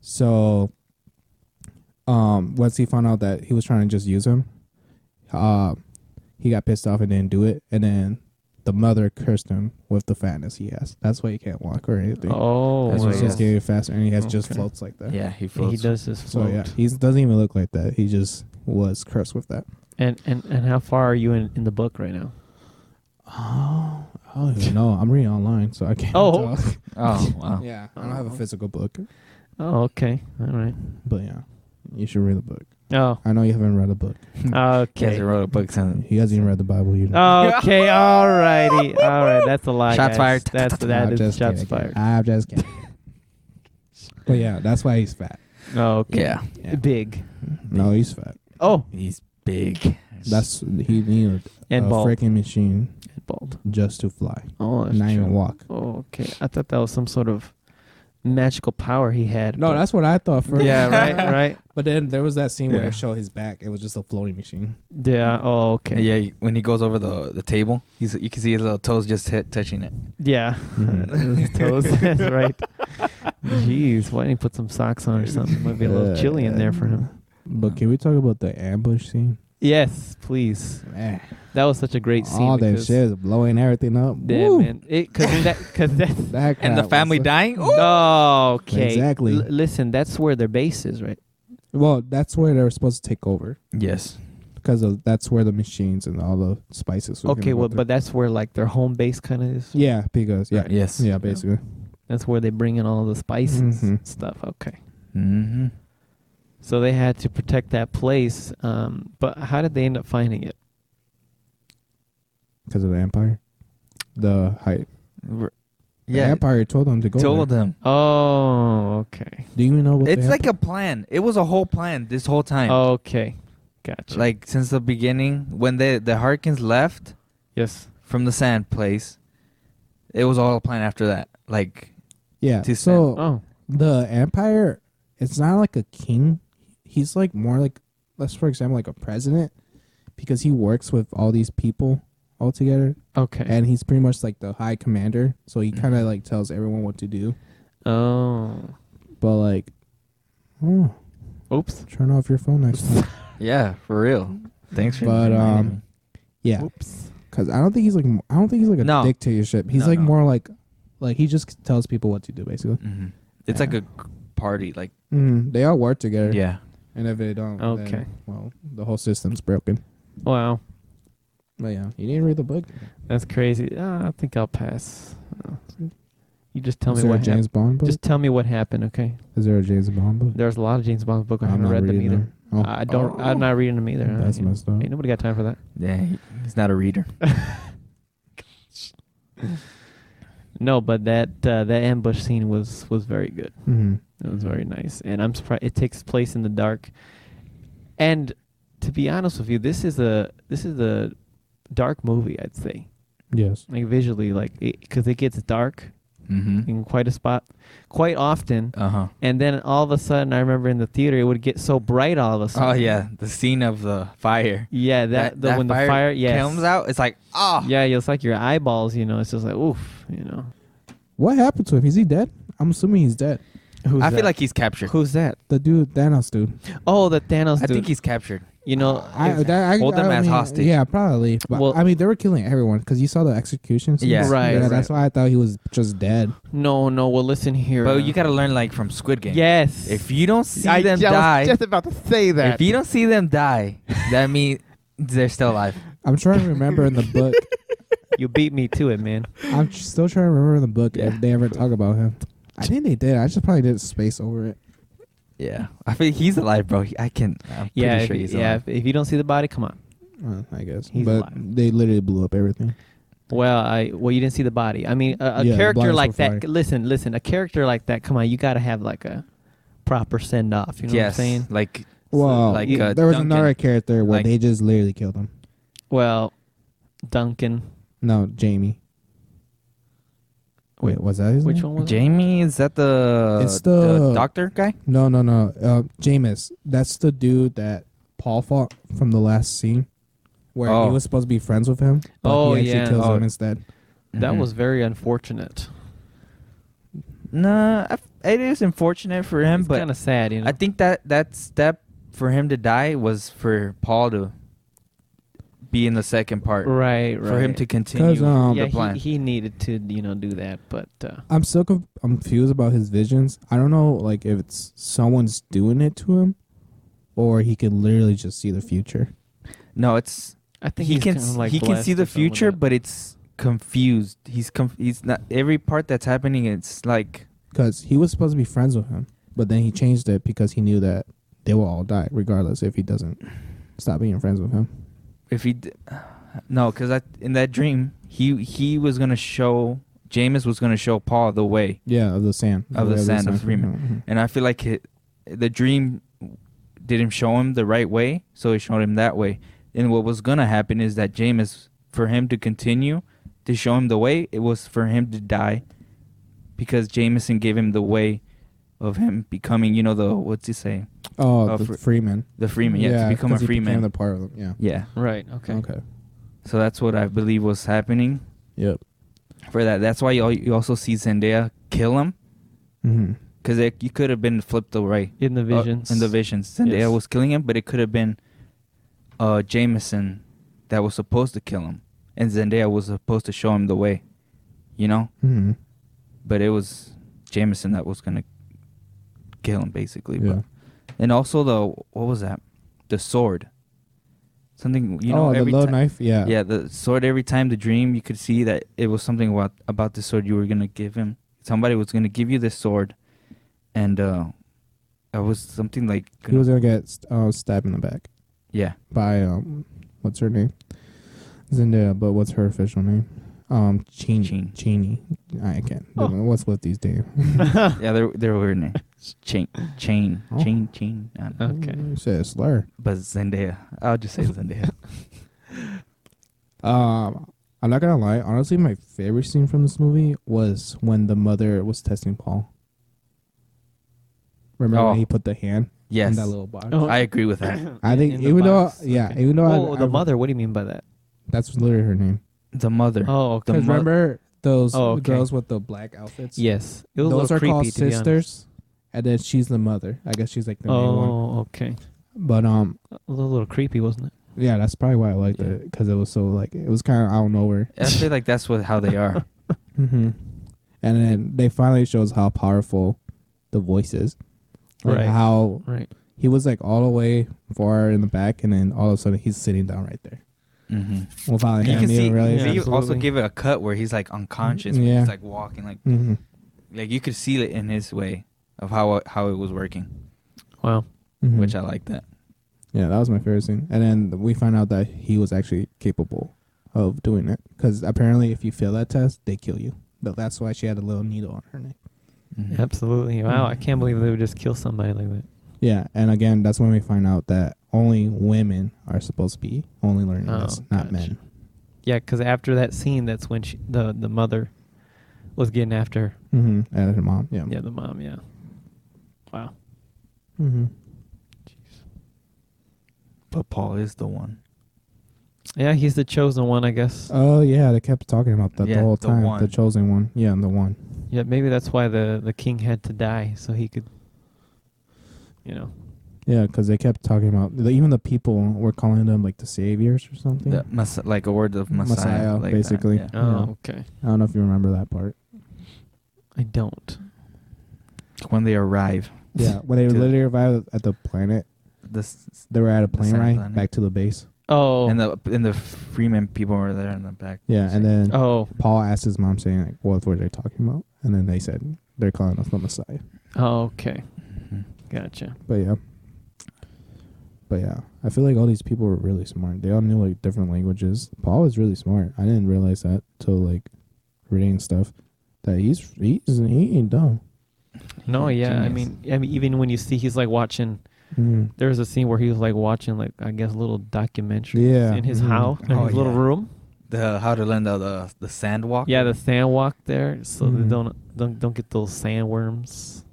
So, um, once he found out that he was trying to just use him, uh, he got pissed off and didn't do it. And then the mother cursed him with the fatness he has. That's why he can't walk or anything.
Oh.
That's
That's
why he
why he's just
has-
getting faster, and he has just
Okay.
floats like that.
Yeah, he floats.
he does this
So
float.
yeah, he doesn't even look like that. He just was cursed with that.
And and and how far are you in in the book right now?
Oh, I don't even know. I'm reading online, so I can't.
Oh.
tell.
Oh wow.
yeah. I don't have a physical book,
Oh. Okay. All right.
but yeah, you should read the book.
Oh.
I know you haven't read a book.
He hasn't
Okay.
wrote a book since
He hasn't even read the Bible. You
Oh,
know.
Okay, all righty. All right, that's a lie. guys.
Shots fired.
That's that
I'm
is
just
shots
kidding.
fired.
I'm just kidding. but yeah, that's why he's fat.
Oh, Okay.
Yeah.
Yeah.
Big.
No, he's fat.
Oh,
He's big.
That's he needed
and
a
bald.
freaking machine
And bald.
just to fly,
Uh, Oh, that's
not even
true.
walk.
Oh, okay. I thought that was some sort of magical power he had.
No,
but-
that's what I thought first.
yeah, right, right.
But then there was that scene where
Yeah.
it showed his back. It was just a floating machine.
Yeah. Oh, okay.
Yeah, he- when he goes over the the table, he's you can see his little toes just hit, touching it.
Yeah. His
Mm-hmm.
toes. That's right. Jeez, why didn't he put some socks on or something? Might be a little chilly in there for him.
But can we talk about the ambush scene?
Yes, please.
Man,
That was such a great scene.
all that
because-
shit is blowing everything up.
Yeah,
Woo!
man. It because that because that's
That
And
crowd
the
was-
family dying. Ooh!
Oh, okay.
Exactly.
L- listen, that's where their base is, right?
Well, that's where they were supposed to take over
Yes.
because of, that's where the machines and all the spices. were
okay,
gonna go
well,
through.
but that's where like their home base kind of is.
yeah, because yeah,
Yes.
yeah, basically.
That's where they bring in all the spices
Mhm.
and stuff. Okay.
Mm-hmm.
So they had to protect that place. Um, but how did they end up finding it?
because of the empire. The height.
Yeah.
the empire told them to go.
told
there.
him.
Oh, okay.
Do you even know what?
It's
the
like
Emp-
a plan. It was a whole plan this whole time.
Okay. Gotcha.
Like since the beginning, when the the Harkins left
yes.
from the sand place, it was all a plan after that. Like
yeah.
to
So
Oh.
the empire, it's not like a king. He's like more like, let's for example, like a president, because he works with all these people all together,
Okay.
and he's pretty much like the high commander. So he
Mm-hmm.
kind of like tells everyone what to do.
oh.
But like, oh,
Oops.
turn off your phone next time.
yeah, for real. Thanks for
But,
reminding
um,
me.
Yeah,
Oops.
because I don't think he's like I don't think he's like a
No.
dictatorship. He's
No,
like
no.
more like like he just tells people what to do basically.
Mhm. It's
Yeah.
like a g- party. Like
Mm, they all work together.
Mm-hmm. yeah,
And if they don't, okay.
Okay.
well, the whole system's broken.
Wow.
But yeah, you didn't read the book.
That's crazy. Ah, I think I'll pass. Oh. You just tell
Is
me
there a
what happened.
James Bond book?
Just tell me what happened, okay?
Is there a James Bond book?
There's a lot of James Bond books. I
I'm
haven't
not
read them
reading
either.
them. Oh.
I don't. I'm not reading them either.
That's
Ain't-
messed up.
Ain't nobody got time for that.
yeah. he- He's not a reader.
No, but that uh, that ambush scene was was very good.
hmm
It
Mm-hmm.
was very nice, and I'm surprised it takes place in the dark. And to be honest with you, this is a this is a dark movie. I'd say,
Yes.
like visually, like because it gets dark
Mm-hmm.
in quite a spot, quite often.
Uh huh.
And then all of a sudden, I remember in the theater, it would get so bright all of a sudden.
Oh yeah, the scene of the fire.
yeah. That, the, when the fire yes.
comes out, it's like ah.
Yeah, it's like your eyeballs, you know. It's just like, oof, you know.
What happened to him? Is he dead? I'm assuming he's dead.
Who's
I feel
that?
like he's captured.
who's that?
The dude Thanos dude.
Oh, the Thanos
I
dude.
think he's captured.
You know,
I, that, I,
Hold them
I
as
mean,
hostage.
Yeah, probably. But
Well-
I mean, they were killing everyone because you saw the executions. and
Yeah.
stuff.
Right,
Yeah, that's why I thought he was just dead.
no, no. Well, listen here.
But you gotta learn like from Squid Game.
uh, Yes.
If you don't see
I,
them
I
die,
was just about to say that.
if you don't see them die, that means they're still alive.
I'm trying to remember in the book.
you beat me to it, man.
I'm tr- still trying to remember in the book
Yeah.
if they ever talk about him. I think they did. I just probably did space over it.
Yeah, I think he's alive, bro. He- I can. I'm
Yeah,
pretty
if,
sure he's
yeah.
alive.
If, if you don't see the body, come on.
Uh, I guess,
He's
but
alive.
they literally blew up everything.
Well, I well you didn't see the body. I mean, a, a
Yeah, the
character
bodies
like
were
that.
fine.
Listen, listen. A character like that. Come on, you gotta have like a proper send off. You know
yes,
what I'm saying?
like
Well,
like
you-
uh,
there was
Duncan.
another character where
Like-
they just literally killed him.
Well, Duncan.
No, Jamie. Wait, was that his
Which
name?
one was it?
Jamie. Is that the
It's the-
doctor guy?
No, no, no. Uh, Jameis. That's the dude that Paul fought from the last scene, where
Oh.
he was supposed to be friends with him, but
Oh,
he actually
yeah.
kills
Oh.
him instead.
That
Mhm.
was very unfortunate.
Nah, I f- it is unfortunate for him,
It's
but
kind of sad, you know.
I think that that step for him to die was for Paul to be in the second part.
right, right.
For him to continue
um,
yeah,
the plan.
He, he needed to, you know, do that, but uh,
I'm still conf- I'm confused about his visions. I don't know, like if it's someone's doing it to him, or he can literally just see the future.
no, it's
I think
he
he's
can
kinda,
s-
like
he can
blessed
see
or
the
something with
future,
that.
but it's confused. He's conf- he's not every part that's happening. It's like
Because he was supposed to be friends with him, but then he changed it because he knew that they will all die regardless if he doesn't stop being friends with him.
if he d- no, because I in that dream he he was gonna show Jameis was gonna show Paul the way,
Yeah, of the sand.
Of the
way
sand of Freeman.
Mhm.
and I feel like it, the dream didn't show him the right way, so it showed him that way. And what was gonna happen is that Jameis, for him to continue to show him the way, it was for him to die, because Jameson gave him the way of him becoming, you know, the what's he saying,
Oh,
Uh,
the
Fre-
Freeman.
the freeman, yeah, to become a
'cause he became
freeman,
the part of them. Yeah.
yeah.
right, okay.
Okay.
So that's what I believe was happening
Yep.
for that. That's why you, al- you also see Zendaya kill him
Mm-hmm.
because you could have been flipped away
In the
uh,
visions,
in the visions. Zendaya
Yes.
was killing him, but it could have been uh, Jameson that was supposed to kill him, and Zendaya was supposed to show him the way, you know.
Mm-hmm.
But it was Jameson that was gonna kill him basically.
Yeah.
But, and also the what was that? The sword. Something you know
oh, the
every
low
ti-
knife. Yeah.
Yeah, the sword. Every time the dream, you could see that it was something about about the sword you were gonna give him. Somebody was gonna give you this sword, and uh, it was something like
He was gonna get st- uh, stabbed in the back
yeah,
by um, what's her name? Zendaya, but what's her official name? Um, Chini.
Chini.
Chini. I can't.
Oh.
What's with these days?
yeah. They're they're weird name. Chain, chain,
Oh.
chain, chain. I don't know.
Okay.
You said a slur.
But Zendaya, I'll just say Zendaya.
Um, I'm not gonna lie. Honestly, my favorite scene from this movie was when the mother was testing Paul. Remember
Oh.
when he put the hand in
yes,
that little box?
Oh,
I agree with that.
I
in-
think
in the
even though,
box.
yeah,
Okay.
even though I-
Oh,
I-
the mother. What do you mean by that?
That's literally her name.
The mother.
Oh, okay.
The
'Cause
mo-
remember those
Oh, okay.
girls with the black outfits?
yes, it was a
those
little
are
creepy.
called
to be honest.
sisters, and then she's the mother. I guess she's like the main one.
Oh, okay.
But um,
A little, little creepy, wasn't it?
yeah, that's probably why I liked
Yeah.
it because it was so like it was kind of out of nowhere.
I feel like that's what how they are.
Mm-hmm. And then they finally shows how powerful the voice is, like
Right.
how
Right.
he was like all the way far in the back, and then all of a sudden he's sitting down right there
hmm
without
You
him
can see.
even
yeah,
realizing.
they also
absolutely.
give it a cut where he's like unconscious. but
Yeah.
He's like walking like.
hmm
like you could see it in his way of how uh, how it was working,
Wow.
hmm
which I like that.
Yeah, that was my favorite scene. And then we find out that he was actually capable of doing it because apparently, if you fail that test, they kill you. But that's why she had a little needle on her neck.
Mm-hmm.
Mm-hmm.
Absolutely. Wow. I can't believe they would just kill somebody like that.
Yeah, and again, that's when we find out that only women are supposed to be only learning
Oh,
this, not
gotcha.
men.
Yeah, because after that scene, that's when she, the the mother was getting after.
Mm-hmm. And her mom, yeah.
Yeah, the mom. Yeah. Wow.
Mm-hmm.
But Paul is the one.
Yeah, he's the chosen one, I guess.
Oh yeah, they kept talking about that
Yeah,
the whole
the
time.
one.
The chosen one, yeah, the one.
Yeah, maybe that's why the the king had to die so he could, you know,
Yeah, because they kept talking about the- even the people were calling them like the saviors or something.
The mess- like a word of Messiah,
Messiah,
like that,
basically.
yeah.
Oh,
okay.
I don't know if you remember that part.
I don't.
When they arrive,
Yeah, when they
To-
literally arrived at the planet,
this
they were at a
The
plane
sand
ride
planet.
back to the base.
Oh.
and the and the Freeman people were there in the back.
Yeah, and then
oh.
Paul asked his mom, saying like, "What were they talking about?" And then they said they're calling us the Messiah.
Oh, okay.
Mhm.
Gotcha.
But yeah, but yeah, I feel like all these people were really smart. They all knew like different languages. Paul was really smart. I didn't realize that till like reading stuff. That he's he's he ain't dumb.
No, yeah. I
Genius.
mean, I mean, even when you see, he's like watching.
Mm.
There was a scene where he was like watching, like I guess, little documentaries
Yeah,
in his
mhm.
house, in
Oh,
his little
yeah.
room.
the how to learn the the, the sand walk.
Yeah, the sand walk there, so
Mhm.
they don't don't don't get those sandworms.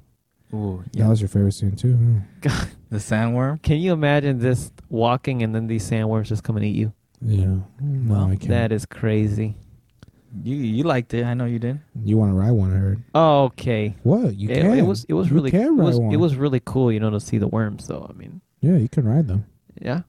Ooh,
That
yeah.
was your favorite scene too. huh?
the sandworm.
Can you imagine this walking and then these sandworms just come and eat you?
Yeah. No, I can't.
That is crazy.
You you liked it. I know you did.
you want to ride one? I heard.
Okay.
What you
it,
can?
it was it was
You
really
can
it was,
ride one.
it was really cool, you know, to see the worms though. I mean,
Yeah, you can ride them.
yeah.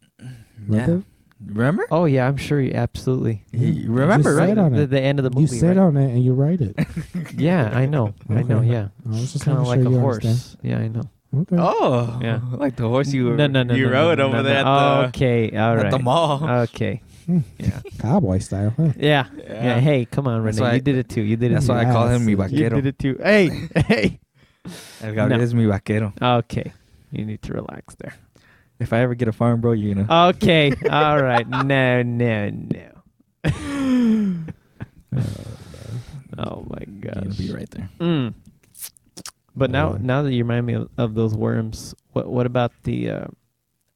Remember?
Yeah. Remember?
Oh yeah, I'm sure you absolutely.
Yeah.
You remember,
Just
right?
said on
The,
it.
the end of the
you
movie.
sit
right?
on it and you ride it. I
Yeah, I know. I know,
Okay.
yeah.
was just
Kind of like
making sure you
a horse.
understand.
Yeah, I know.
Okay.
Oh,
Yeah.
Like the horse you
no, no, no,
you
no, no,
rode
no,
over
no,
there
no.
at the
Okay, all
at
right. Uh,
the mall.
Okay.
Hmm.
yeah.
Cowboy style, huh?
Yeah.
Yeah.
Yeah, hey, come on,
That's
Renee.
why I-
You did it too. You did it
That's
too.
why I call him mi
Yeah,
you
vaquero.
did it too. Hey, hey.
El Gabriel
No.
is mi vaquero.
Okay. You need to relax there.
If I ever get a farm, bro, you're gonna.
Okay. All right. No, no, no. oh my
you're gonna
gosh.
be right there.
Mm. But now,
Yeah.
now that you remind me of, of those worms, what what about the uh,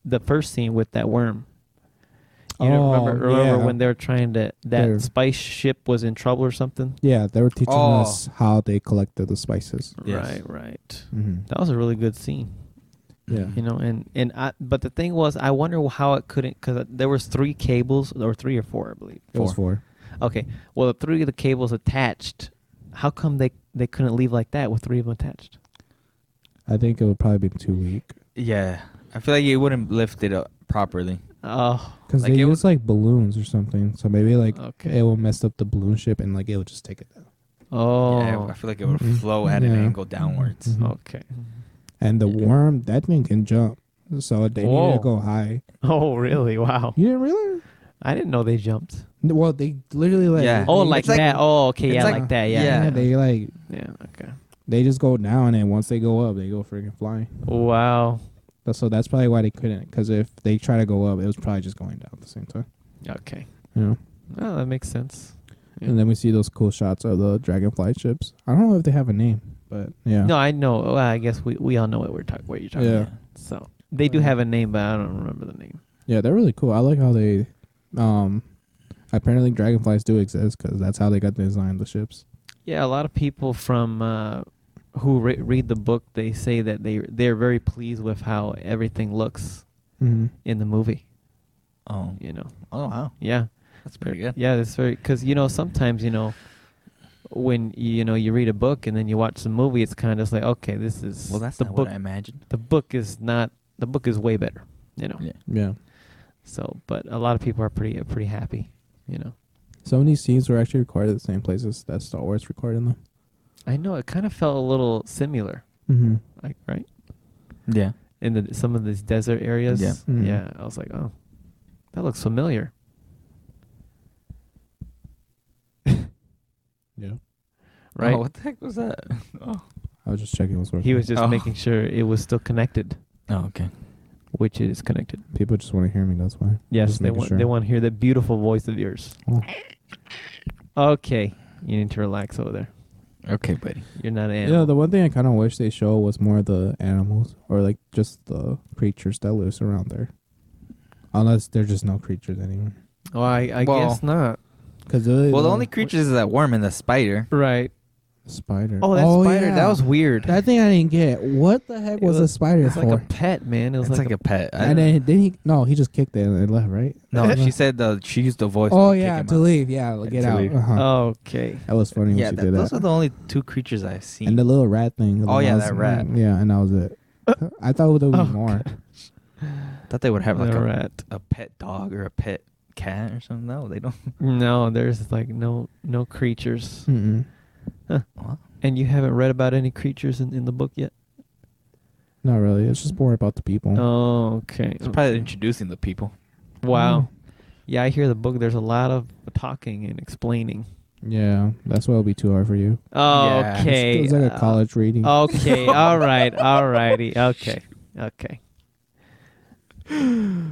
the first scene with that worm? You don't remember, remember
Oh, yeah.
when they were trying to that
They're-
spice ship was in trouble or something?
Yeah, they were teaching
Oh.
us how they collected the spices.
Yes.
Right, right.
Mm-hmm.
That was a really good scene,
Yeah.
you know. And and I, but the thing was, I wonder how it couldn't because there was three cables or three or four, I believe.
It was four.
Okay. Well, the three of the cables attached. How come they they couldn't leave like that with three of them attached?
I think it would probably be too weak
Yeah, I feel like it wouldn't lift it up properly.
Oh,
because
Like,
they
it
use
was-
like balloons or something. So maybe like
Okay.
it will mess up the balloon ship and like it will just take it down.
oh,
Yeah, I feel like it would
Mhm.
flow at an
Yeah.
angle downwards.
Mhm.
okay.
And the
Yeah.
worm, that thing can jump. So they need
Whoa.
to go high.
Oh, really? Wow,
You didn't really?
I didn't know they jumped.
No, Well, they literally like
Yeah.
Oh,
they-
like,
It's like-
that. Oh, okay,
it's
yeah,
like-
like, that. Yeah,
yeah.
yeah.
they like
okay.
they just go down and once they go up, they go freaking flying.
Oh. Wow.
That's- So that's probably why they couldn't. Because if they try to go up, it was probably just going down at the same time.
Okay.
You know.
Oh, that makes sense.
And then we see those cool shots of the dragonfly ships. I don't know if they have a name, but yeah.
No, I know. Well, I guess we, we all know what we're talking. What you're talking
Yeah.
about. So they do have a name, but I don't remember the name.
Yeah, they're really cool. I like how they, um, apparently dragonflies do exist because that's how they got to design the ships.
Yeah, a lot of people from uh, who re- read the book they say that they they're very pleased with how everything looks
Mm-hmm.
in the movie.
Oh,
You know,
oh wow,
yeah,
that's pretty good.
yeah, that's very because you know sometimes you know when you know you read a book and then you watch the movie, it's kind of just like okay, this is
Well, that's
the
not
book.
what I imagined.
the book is not the book is way better. You know,
Yeah.
Yeah.
so but a lot of people are pretty are pretty happy. You know,
Some of these scenes were actually recorded at the same places that Star Wars recorded them.
I know it kind of felt a little similar,
Mm-hmm.
like right
Yeah,
in the some of these desert areas.
Yeah.
Mhm.
Yeah, I was like, oh, that looks familiar.
Yeah.
Right.
Oh, what the heck was that? Oh,
I was just checking what's working.
he was just
Oh.
making sure it was still connected,
oh okay.
which it is connected.
People just want to hear me. That's why.
Yes,
Just
they
making
want
sure.
they want to hear that beautiful voice of yours.
Oh.
Okay, you need to relax over there.
Okay, buddy.
You're not an
Yeah.
animal.
the one thing I kind of wish they show was more of the animals or like just the creatures that lives around there. Unless there's just no creatures anywhere.
oh, I, I
Well-
guess not.
Because well,
Well, the only creatures is that worm and the spider.
Right.
spider.
Oh, that spider. That was weird.
That thing I didn't get. What the heck
It
was, a
was-
spider
it's
for?
like a pet, man. It was
It's like, a pet. I
and then, then he no, he just kicked it and left, right?
no, she said the, she used the voice.
Oh
to kick
yeah,
him
to
out.
leave. Yeah, like, get
To
out.
leave. Oh.
Uh-huh.
okay.
that was funny
Yeah,
when she
that,
did
those
that.
are the only two creatures I've seen.
and the little rat thing. the
Oh, yeah,
mouse-
that rat.
Yeah, and that was it. I thought there would be
Oh,
more.
thought they would have like
the
a,
rat.
a pet dog or a pet cat or something. No, they don't.
No, there's like no no creatures,
Mm-mm.
and you haven't read about any creatures in, in the book yet.
Not really. It's just more about the people.
Oh, okay.
It's probably introducing the people.
wow. Yeah, I hear the book. There's a lot of talking and explaining.
Yeah, that's why it'll be too hard for you.
Yeah. It's-
Okay.
It's, like a
uh,
college reading.
oh.
Okay. All right. All righty. Okay. Okay.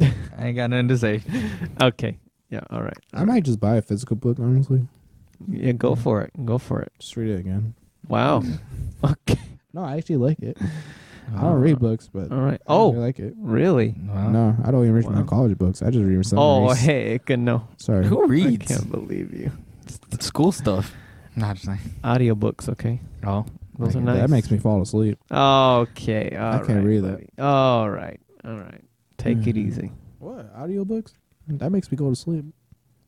I ain't got nothing to say.
Okay. Yeah. All right.
I might just buy a physical book, honestly.
Yeah.
Mm.
Go for it. Go for it.
Just read it again.
Wow.
Mm.
Okay.
No, I actually like it. I don't
Uh.
read books, but
All right.
I really
Oh,
like it.
really?
Wow.
No, I don't even read
Wow.
my college books. I just read
Oh,
summaries.
hey, no.
Sorry.
Who
I
reads
can't believe you.
school stuff? Not just like
Audiobooks, okay.
oh.
Those are
That
nice.
makes me fall asleep.
Okay. all
can't
right,
read that.
buddy. All right. All right. Take it
Mhm.
easy.
What? Audiobooks? That makes me go to sleep.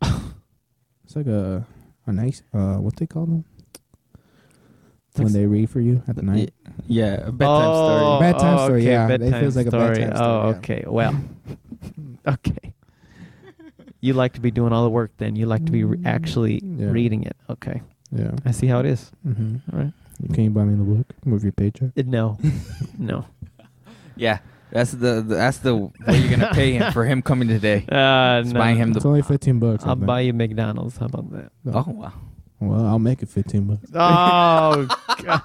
it's like a a nice uh what they call them? When they read for you at the night.
Yeah, a bedtime
oh,
story.
Bedtime
oh,
story,
okay,
yeah. It
Bedtime
feels like a
story.
bedtime story,
Oh,
yeah.
okay. Well, okay. You like to be doing all the work then. You like to be re- actually
Mm. Yeah.
reading it. Okay.
Yeah.
I see how it is.
Mm-hmm.
All right.
Can you buy me the book with your paycheck?
Uh, No. no.
Yeah, that's the, the that's the way you're gonna pay him for him coming today.
Uh,
Just
no.
buying him the-
It's only fifteen bucks. I
I'll
think.
buy you McDonald's. How about that?
No.
Oh wow.
Well, I'll make it fifteen bucks.
Oh, God.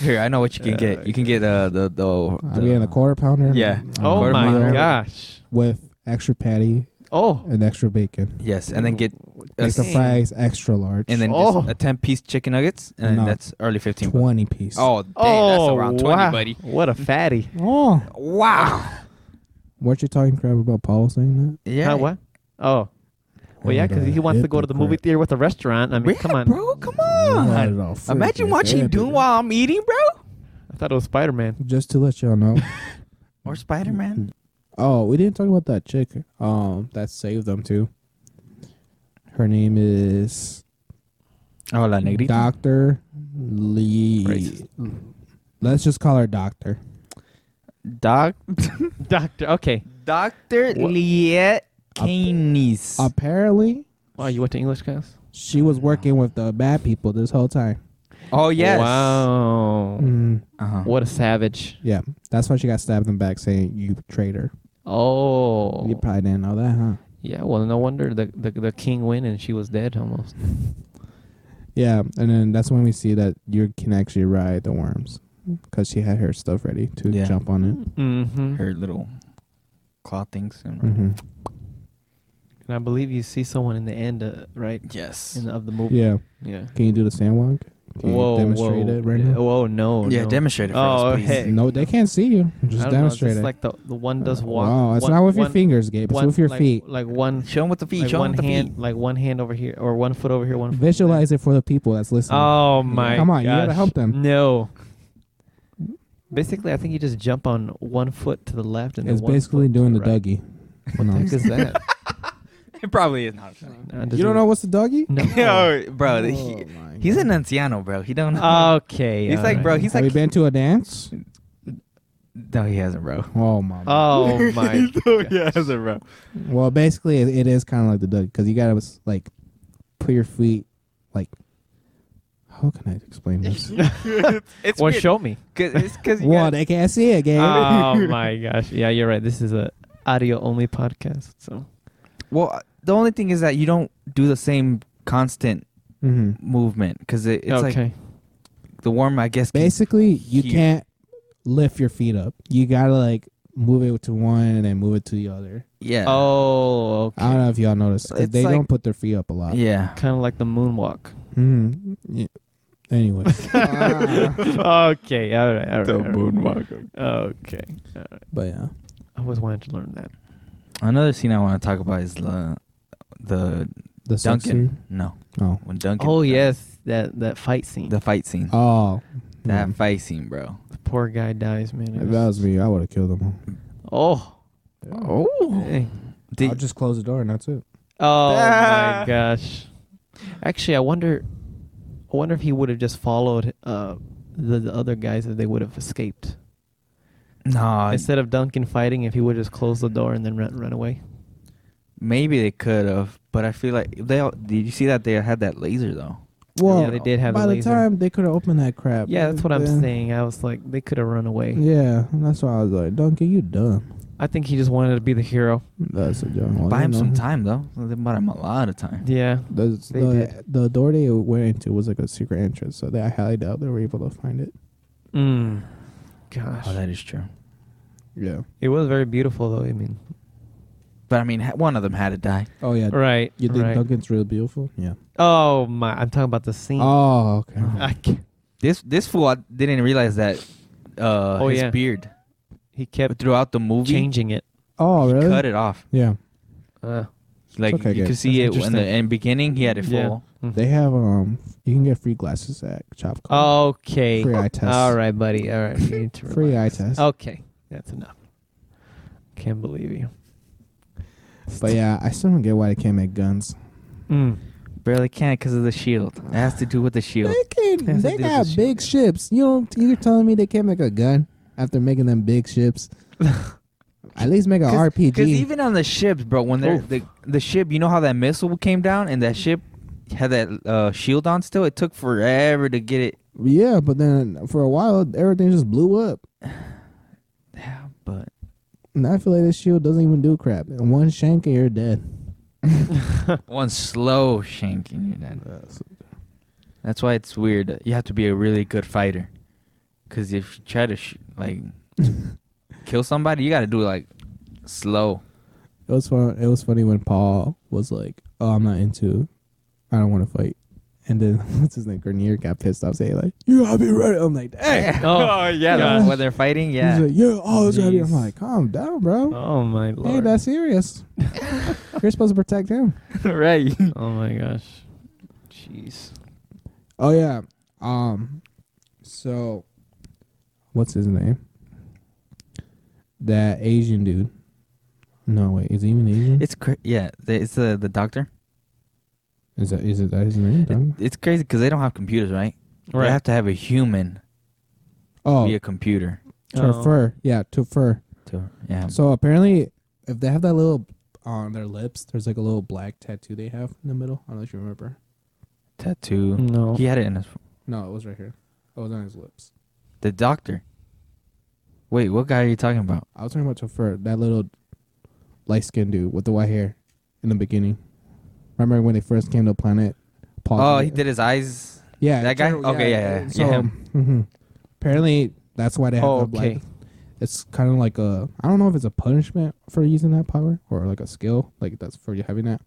Here, I know what you can get. You can get uh, the the.
I'll be in a quarter pounder.
Yeah.
uh,
oh
Quarter
my
pounder.
gosh.
With extra patty
Oh.
and extra bacon,
Yes, and then get a,
extra
Dang.
fries, extra large,
and then
Oh.
just a ten piece chicken nuggets, and
No.
that's early fifteen. bucks.
twenty piece.
Oh, dang, that's around twenty,
wow.
buddy.
What a fatty.
oh,
Wow.
weren't you talking crap about Paul saying uh,
Yeah.
Huh, what? Oh. Well, yeah, because he wants to go to the movie theater with a restaurant. I mean,
Yeah,
come on.
bro. Come
that?
on.
Not at all.
Imagine what you
Freaking
do
therapy.
while I'm eating, bro.
I thought it was Spider Man.
Just to let y'all know,
Or Spider Man.
Oh, we didn't talk about that chick. Um, that saved them too. Her name is
Oh, la
Doctor Lee.
Racist.
Let's just call her Doctor.
Doc.
Doctor. Okay.
Doctor
What?
Liet Canis.
Apparently,
Wow, you went to English class?
she was working with the bad people this whole time.
Oh yes.
Wow.
Mm,
Uh-huh.
What a savage.
yeah, that's why she got stabbed in the back, saying you betrayed her.
Oh.
You probably didn't know that, huh?
Yeah, well, no wonder the, the, the king went and she was dead almost.
Yeah, and then that's when we see that you can actually ride the worms because she had her stuff ready to
Yeah.
jump on it.
Mm-hmm.
Her little claw things. And
hmm
And I believe you see someone in the end, uh, right?
Yes.
In the, of the movie.
Yeah,
Yeah.
can you do the sand walk? Can you
Whoa,
demonstrate
whoa.
it right now?
Whoa, no.
yeah,
no.
demonstrate it for
Oh,
us, please.
hey.
No, they can't see you.
I
Just
don't know, it's
demonstrate
just
it. Uh,
like the, the one does walk.
Wow, it's
one-
not with your
one-
fingers, Gabe. It's
one-
with your
like-
feet.
Like one,
Show him with the feet.
like
show him
one
with the
hand,
feet.
like one hand over here, or one foot over here, one. Foot
Visualize it for the people that's listening.
Oh my!
Come on, you gotta
gosh.
help them.
No. Basically, I think you just jump on one foot to the left and then
it's
one
basically
foot to
doing the
right.
doggy.
What
No,
the
I'm
heck is that?
It probably is not.
No, it
You don't
doesn't-
know what's the doggy?
No. Oh.
Yo, bro,
Oh
he,
my
he's
God.
an anciano, bro. He don't know.
okay.
He's
all
like, bro,
right.
he's
Have
like.
you been to a dance?
no, he hasn't, bro.
Oh my.
Oh my!
no, he hasn't, bro.
well, basically, it, it is kind of like the doggy because you gotta like put your feet like. How can I explain this?
It's
well,
weird,
show me.
'cause- it's because you
well,
got-
they can't see it, Gabe.
Oh my gosh! Yeah, you're right. This is a audio only podcast, so
well, the only thing is that you don't do the same constant
hmm
movement because it, it's
okay.
like the warm, I guess. can-
Basically, you
Huge.
can't lift your feet up. You gotta like move it to one and then move it to the other.
yeah.
oh, okay.
I don't know if y'all noticed 'cause
It's
they
like-
don't put their feet up a lot.
Yeah.
kind of like the moonwalk.
Mhm. Yeah. Anyway,
Ah.
okay, all right, all right. all right.
moonwalker.
Okay, all right.
but yeah,
I always wanted to learn that.
Another scene I want to talk about is the the
the sex
Duncan.
scene?
No,
Oh,
when Duncan.
Oh yes, that that fight scene.
the fight scene.
oh,
That
Mm.
fight scene, bro.
The poor guy dies, man. It
If that was me, I would have killed them all.
oh,
Oh.
dang.
I'll just close the door and that's it.
oh
Ah.
my gosh. Actually, I wonder, I wonder if he would have just followed uh, the, the other guys if they would have escaped.
No,
Instead of Duncan fighting, if he would just close the door and then run, run away.
maybe they could have, but I feel like they. All, did you see that they had that laser though?
Well,
yeah, they did have
by
a
the
laser.
time they could have opened that crap.
yeah, that's what I'm
Yeah.
saying. I was like, they could have run away.
Yeah, that's why I was like, Duncan, you dumb.
I think he just wanted to be the hero.
That's a dumb one.
Buy
you
him
know?
some time though. They bought him a lot of time.
Yeah,
Those-
They
the, the door they went into was like a secret entrance, so they, I highly doubt they were able to find it.
Mm. Gosh,
Oh, that is true.
Yeah.
it was very beautiful, though. I mean,
But I mean, ha- one of them had to die.
Oh yeah.
right?
You think
right.
Duncan's real beautiful? Yeah.
Oh my! I'm talking about the scene.
Oh okay.
I ca-
This this fool I didn't realize that. Uh,
Oh,
his
yeah.
beard
he kept
throughout the movie
changing it.
Oh really?
cut it off.
Yeah.
Uh,
Like
okay,
you
good.
could see
That's
it in the
interesting.
in beginning. He had it full.
Yeah.
They have um. You can get free glasses at Chop. Corner.
okay.
Free eye test.
All right, buddy. All right. You need to
Free
relax.
eye test.
Okay, that's enough. Can't believe you.
But yeah, I still don't get why they can't make guns.
Mm.
Barely can because of the shield. It has to do with the shield.
They can.
Has to
They
do with
got
the
big ships. You don't. You're telling me they can't make a gun after making them big ships. At least make a RPG.
Because even on the ships, bro, when they're
Oof.
the, the ship, you know how that missile came down and that ship had that uh, shield on still. It took forever to get it.
yeah, but then for a while everything just blew up.
Yeah, but
And I feel like this shield doesn't even do crap. And one shank and you're dead.
one slow shanking you then. That's why it's weird. You have to be a really good fighter. Because if you try to sh- like kill somebody, you got to do like slow.
It was fun. It was funny when Paul was like, "Oh, I'm not into. I don't want to fight." And then what's his name? Grenier got pissed off, saying like, "You gotta be ready." I'm like, "Hey."
Oh,
yeah,
gosh.
when they're fighting, yeah.
He's like, "Yeah, oh, it's gonna be." I'm
Jeez.
like, "Calm down, bro.
Oh my
hey,
lord.
that's serious. You're supposed to protect him."
right.
oh my gosh. Jeez.
Oh yeah. Um. So, what's his name? That Asian dude. No wait, is he even Asian?
It's cra- yeah. the- It's uh, the the doctor.
Is that is it that his name? Dom?
It's crazy because they don't have computers, right? They have to have a human
Oh,
be a computer.
Oh.
Tafur. Yeah, Tafur.
To yeah.
So apparently, if they have that little on their lips, there's like a little black tattoo they have in the middle. I don't know if you remember.
tattoo.
Oh. No.
He had it in his
No, it was right here. It was on his lips.
the doctor. Wait, what guy are you talking about?
I was talking about Tafur, that little light skinned dude with the white hair in the beginning. Remember when they first came to the planet? Paul
Oh, he did his eyes.
Yeah,
That guy?
general-
Okay, yeah, yeah,
So,
yeah,
mhm. apparently that's why they have
Oh,
the black.
okay.
It's kind of like a I don't know if it's a punishment for using that power or like a skill like that's for you having that,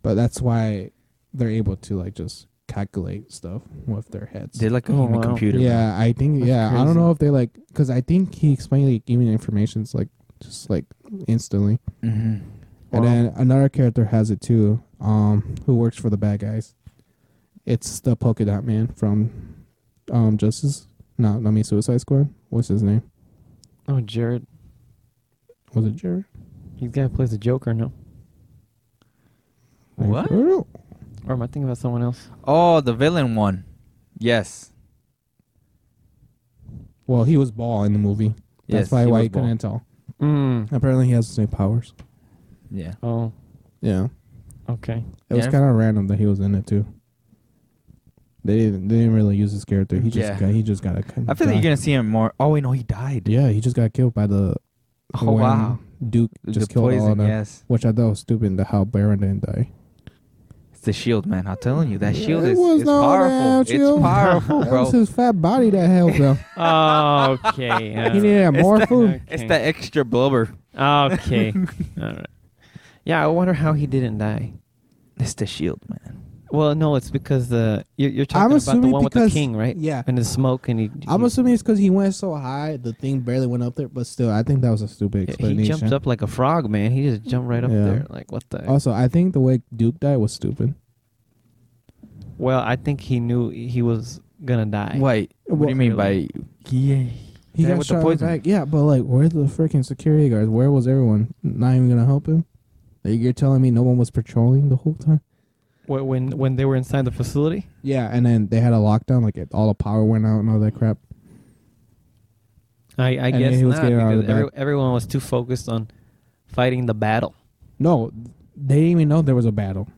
but that's why they're able to like just calculate stuff with their heads.
Did like a
Oh,
human
wow.
computer.
yeah, I think
That's
yeah I don't
crazy.
know if they like because I think he explained like giving information's like just like instantly,
hmm
Wow.
and then another character has it too, um, who works for the bad guys. It's the polka dot man from um Justice no, not me Suicide Squad. What's his name?
Oh, Jared.
Was it Jerry?
He's got to play the Joker, no?
What?
I don't know.
Or am I thinking about someone else?
Oh, the villain one. Yes.
Well, he was ball in the movie. That's
yes,
probably
he
why
was
you
bald.
couldn't tell.
Mm.
Apparently he has the same powers.
Yeah.
Oh,
Yeah.
okay.
It was
Yeah.
kinda random that he was in it too. They didn't they didn't really use his character. He just
Yeah.
got he just got a
I feel like you're gonna see him more. Oh wait, no, he died.
Yeah, he just got killed by the
Oh
when
wow.
Duke just
the
killed all of
poison.
them.
Yes.
Which I thought was stupid to how Baron didn't die.
It's the shield, man. I'm telling you, that
Yeah,
shield
it
is,
was
is
not all
powerful.
that
It's
shield.
powerful,
That was
bro.
his fat body that helped though.
Oh, okay.
he needed more food.
okay.
It's the extra blubber.
Okay. All right. Yeah, I wonder how he didn't die.
It's the shield, man.
Well, no, it's because the you're, you're talking
I'm
about the
assuming
one with the
because-
king, right?
yeah.
And the smoke, and he.
I'm
he,
assuming it's because he went so high, the thing barely went up there. But still, I think that was a stupid
Yeah,
explanation.
He jumped up like a frog, man. He just jumped right up
Yeah.
there. Like what the?
Also, I think the way Duke died was stupid.
well, I think he knew he was gonna die.
Wait, what do you mean by
Really?
yeah?
He
Yeah,
got
with the
shot in the
poison.
back. Yeah, but like, where's the freaking security guards? Where was everyone? Not even gonna help him. Like, you're telling me no one was patrolling the whole time?
Wh- When when they were inside the facility?
Yeah, and then they had a lockdown. Like, it, all the power went out and all that crap.
I, I
And
guess
he was
not
getting out of
because
the
every, everyone was too focused on fighting the battle.
No, they didn't even know there was a battle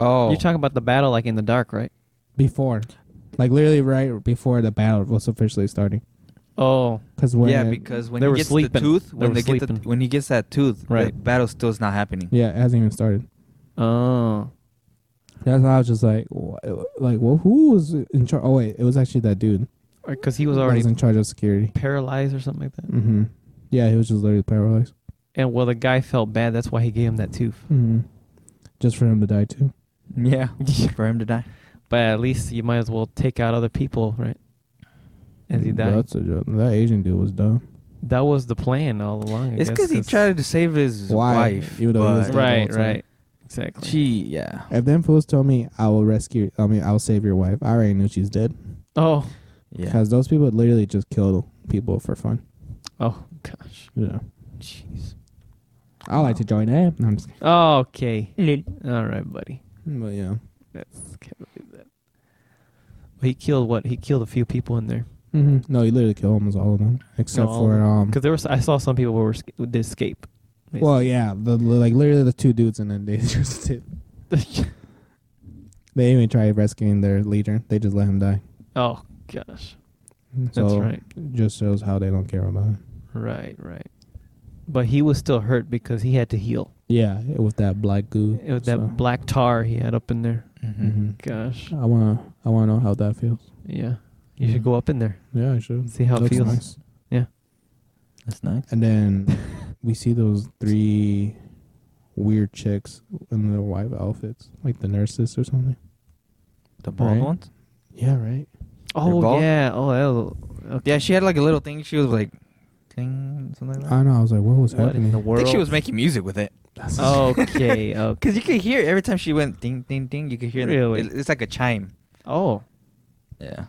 Oh,
You're talking about the battle like in the dark, right?
before, like literally right before the battle was officially starting.
Oh,
Because when
yeah,
it-
because when
They
he
were
gets the
sleeping.
tooth,
They
when
were
they get the,
sleeping.
when he gets that tooth, the
Right.
battle still's not happening.
yeah, it hasn't even started.
oh,
That's why I was just like, wh- like, well, who was in charge? Oh wait, it was actually that dude.
because he was
that
already
was in charge of security.
paralyzed or something like that.
Mm-hmm. Yeah, he was just literally paralyzed.
And well, the guy felt bad. That's why he gave him that tooth.
Mm-hmm. Just for him to die too.
Yeah, for him to die.
But at least you might as well take out other people, right? As he died.
That's a joke. That Asian dude was dumb.
That was the plan all along. I
It's
guess,
because he tried to save his
Why?
wife.
Even though he was
but
dead.
Right,
the whole time.
right, exactly.
She, yeah.
If them fools told me I will rescue, I mean, I'll save your wife. I already knew she's dead
oh,
Yeah.
because those people literally just kill people for fun.
oh gosh,
You know,
jeez.
I like to join them. No, I'm just kidding.
Okay, all right, buddy.
But yeah,
Can't believe that. He killed what? He killed a few people in there
hmm no, you literally kill almost all of them except
all of
for
them.
um.
because there was. I saw some people who were sca- who did escape.
Well, yeah, the, like literally the two dudes and then they just did. They didn't even try rescuing their leader. They just let him die.
oh gosh,
So
that's right,
it just shows how they don't care about him.
right, right. But he was still hurt because he had to heal.
Yeah, with that black goo.
It was that
so-
black tar he had up in there.
Mm-hmm.
Mhm.
Gosh,
I wanna, I wanna know how that feels.
yeah. You should
Mhm.
go up in there
Yeah, I should.
and see how it
Looks
feels.
nice.
That's nice.
And then we see those three weird chicks in their white outfits, like the nurses or something.
The bald
Right.
ones.
Yeah, right.
They're
Oh
bald?
yeah. Oh, that was, okay.
Yeah, she had like a little thing. She was like, ting, something like that.
I know. I was like, what was
What in
happening?
the
I
world?
think she was making music with it.
That's-
Oh,
okay. Okay.
Cause you could hear every time she went ding ding ding. You could hear the-
Really?
it- it's like a chime.
Oh.
Yeah,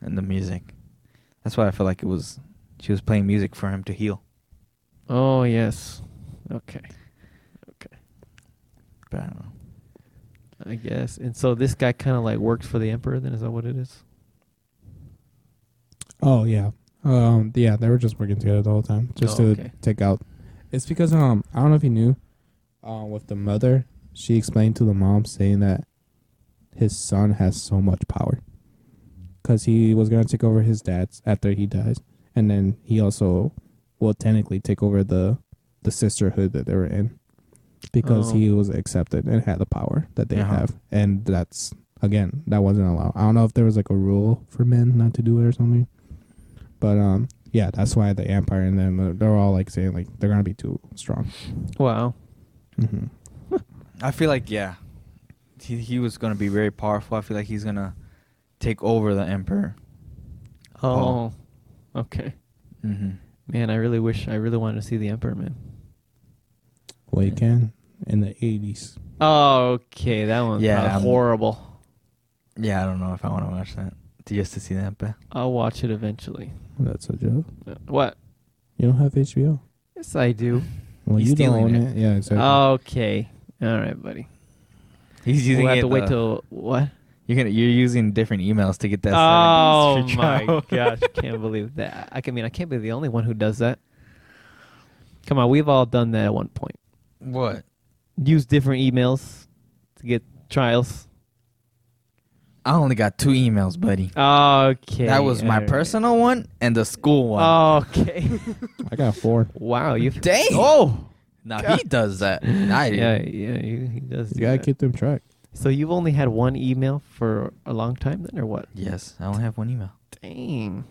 and the music. That's why I feel like it was. She was playing music for him to heal.
Oh yes. Okay.
But I don't know.
I guess. And so this guy kind of like worked for the emperor. Then is that what it is?
Oh yeah. Um. Yeah, they were just working together the whole time, just
Oh,
to
okay.
take out. It's because um, I don't know if you knew, uh, with the mother, she explained to the mom saying that his son has so much power, because he was gonna take over his dad's after he dies, and then he also will technically take over the the sisterhood that they were in, because
Oh.
he was accepted and had the power that they
Uh-huh.
have, and that's again that wasn't allowed. I don't know if there was like a rule for men not to do it or something. But um, yeah, that's why the Empire and them uh, they're all like saying like they're gonna be too strong.
Wow.
Mm-hmm.
I feel like yeah, he he was gonna be very powerful. I feel like he's gonna take over the emperor.
Oh. Okay.
Mm-hmm.
Man, I really wish. I really wanted to see the emperor, man.
Well, you can in the eighties.
Oh, okay. That one's
Yeah,
yeah,
I'm-
horrible.
Yeah, I don't know if I want to watch that to- just to see the emperor.
I'll watch it eventually.
That's a joke.
Uh, What?
You don't have HBO.
Yes, I do.
Well,
He's
you don't own
stealing
it. Yeah, exactly.
Oh. Okay. All right, buddy.
He's using.
we'll have
it,
to wait
uh,
till what?
you're gonna, you're using different emails to get that.
oh
seven days free
my
trial.
gosh! Can't believe that. I can I mean, I can't be the only one who does that. Come on, we've all done that at one point.
what?
Use different emails to get trials.
I only got two emails, buddy.
Okay. Oh.
That was my
alright.
personal one and the school one.
Okay.
I got four.
wow. You.
Dang.
Oh.
now he does that. I didn't.
Yeah. Yeah. You, he does.
You
do
gotta
that.
keep them track.
So you've only had one email for a long time then, or what?
Yes, I only have one email.
Dang.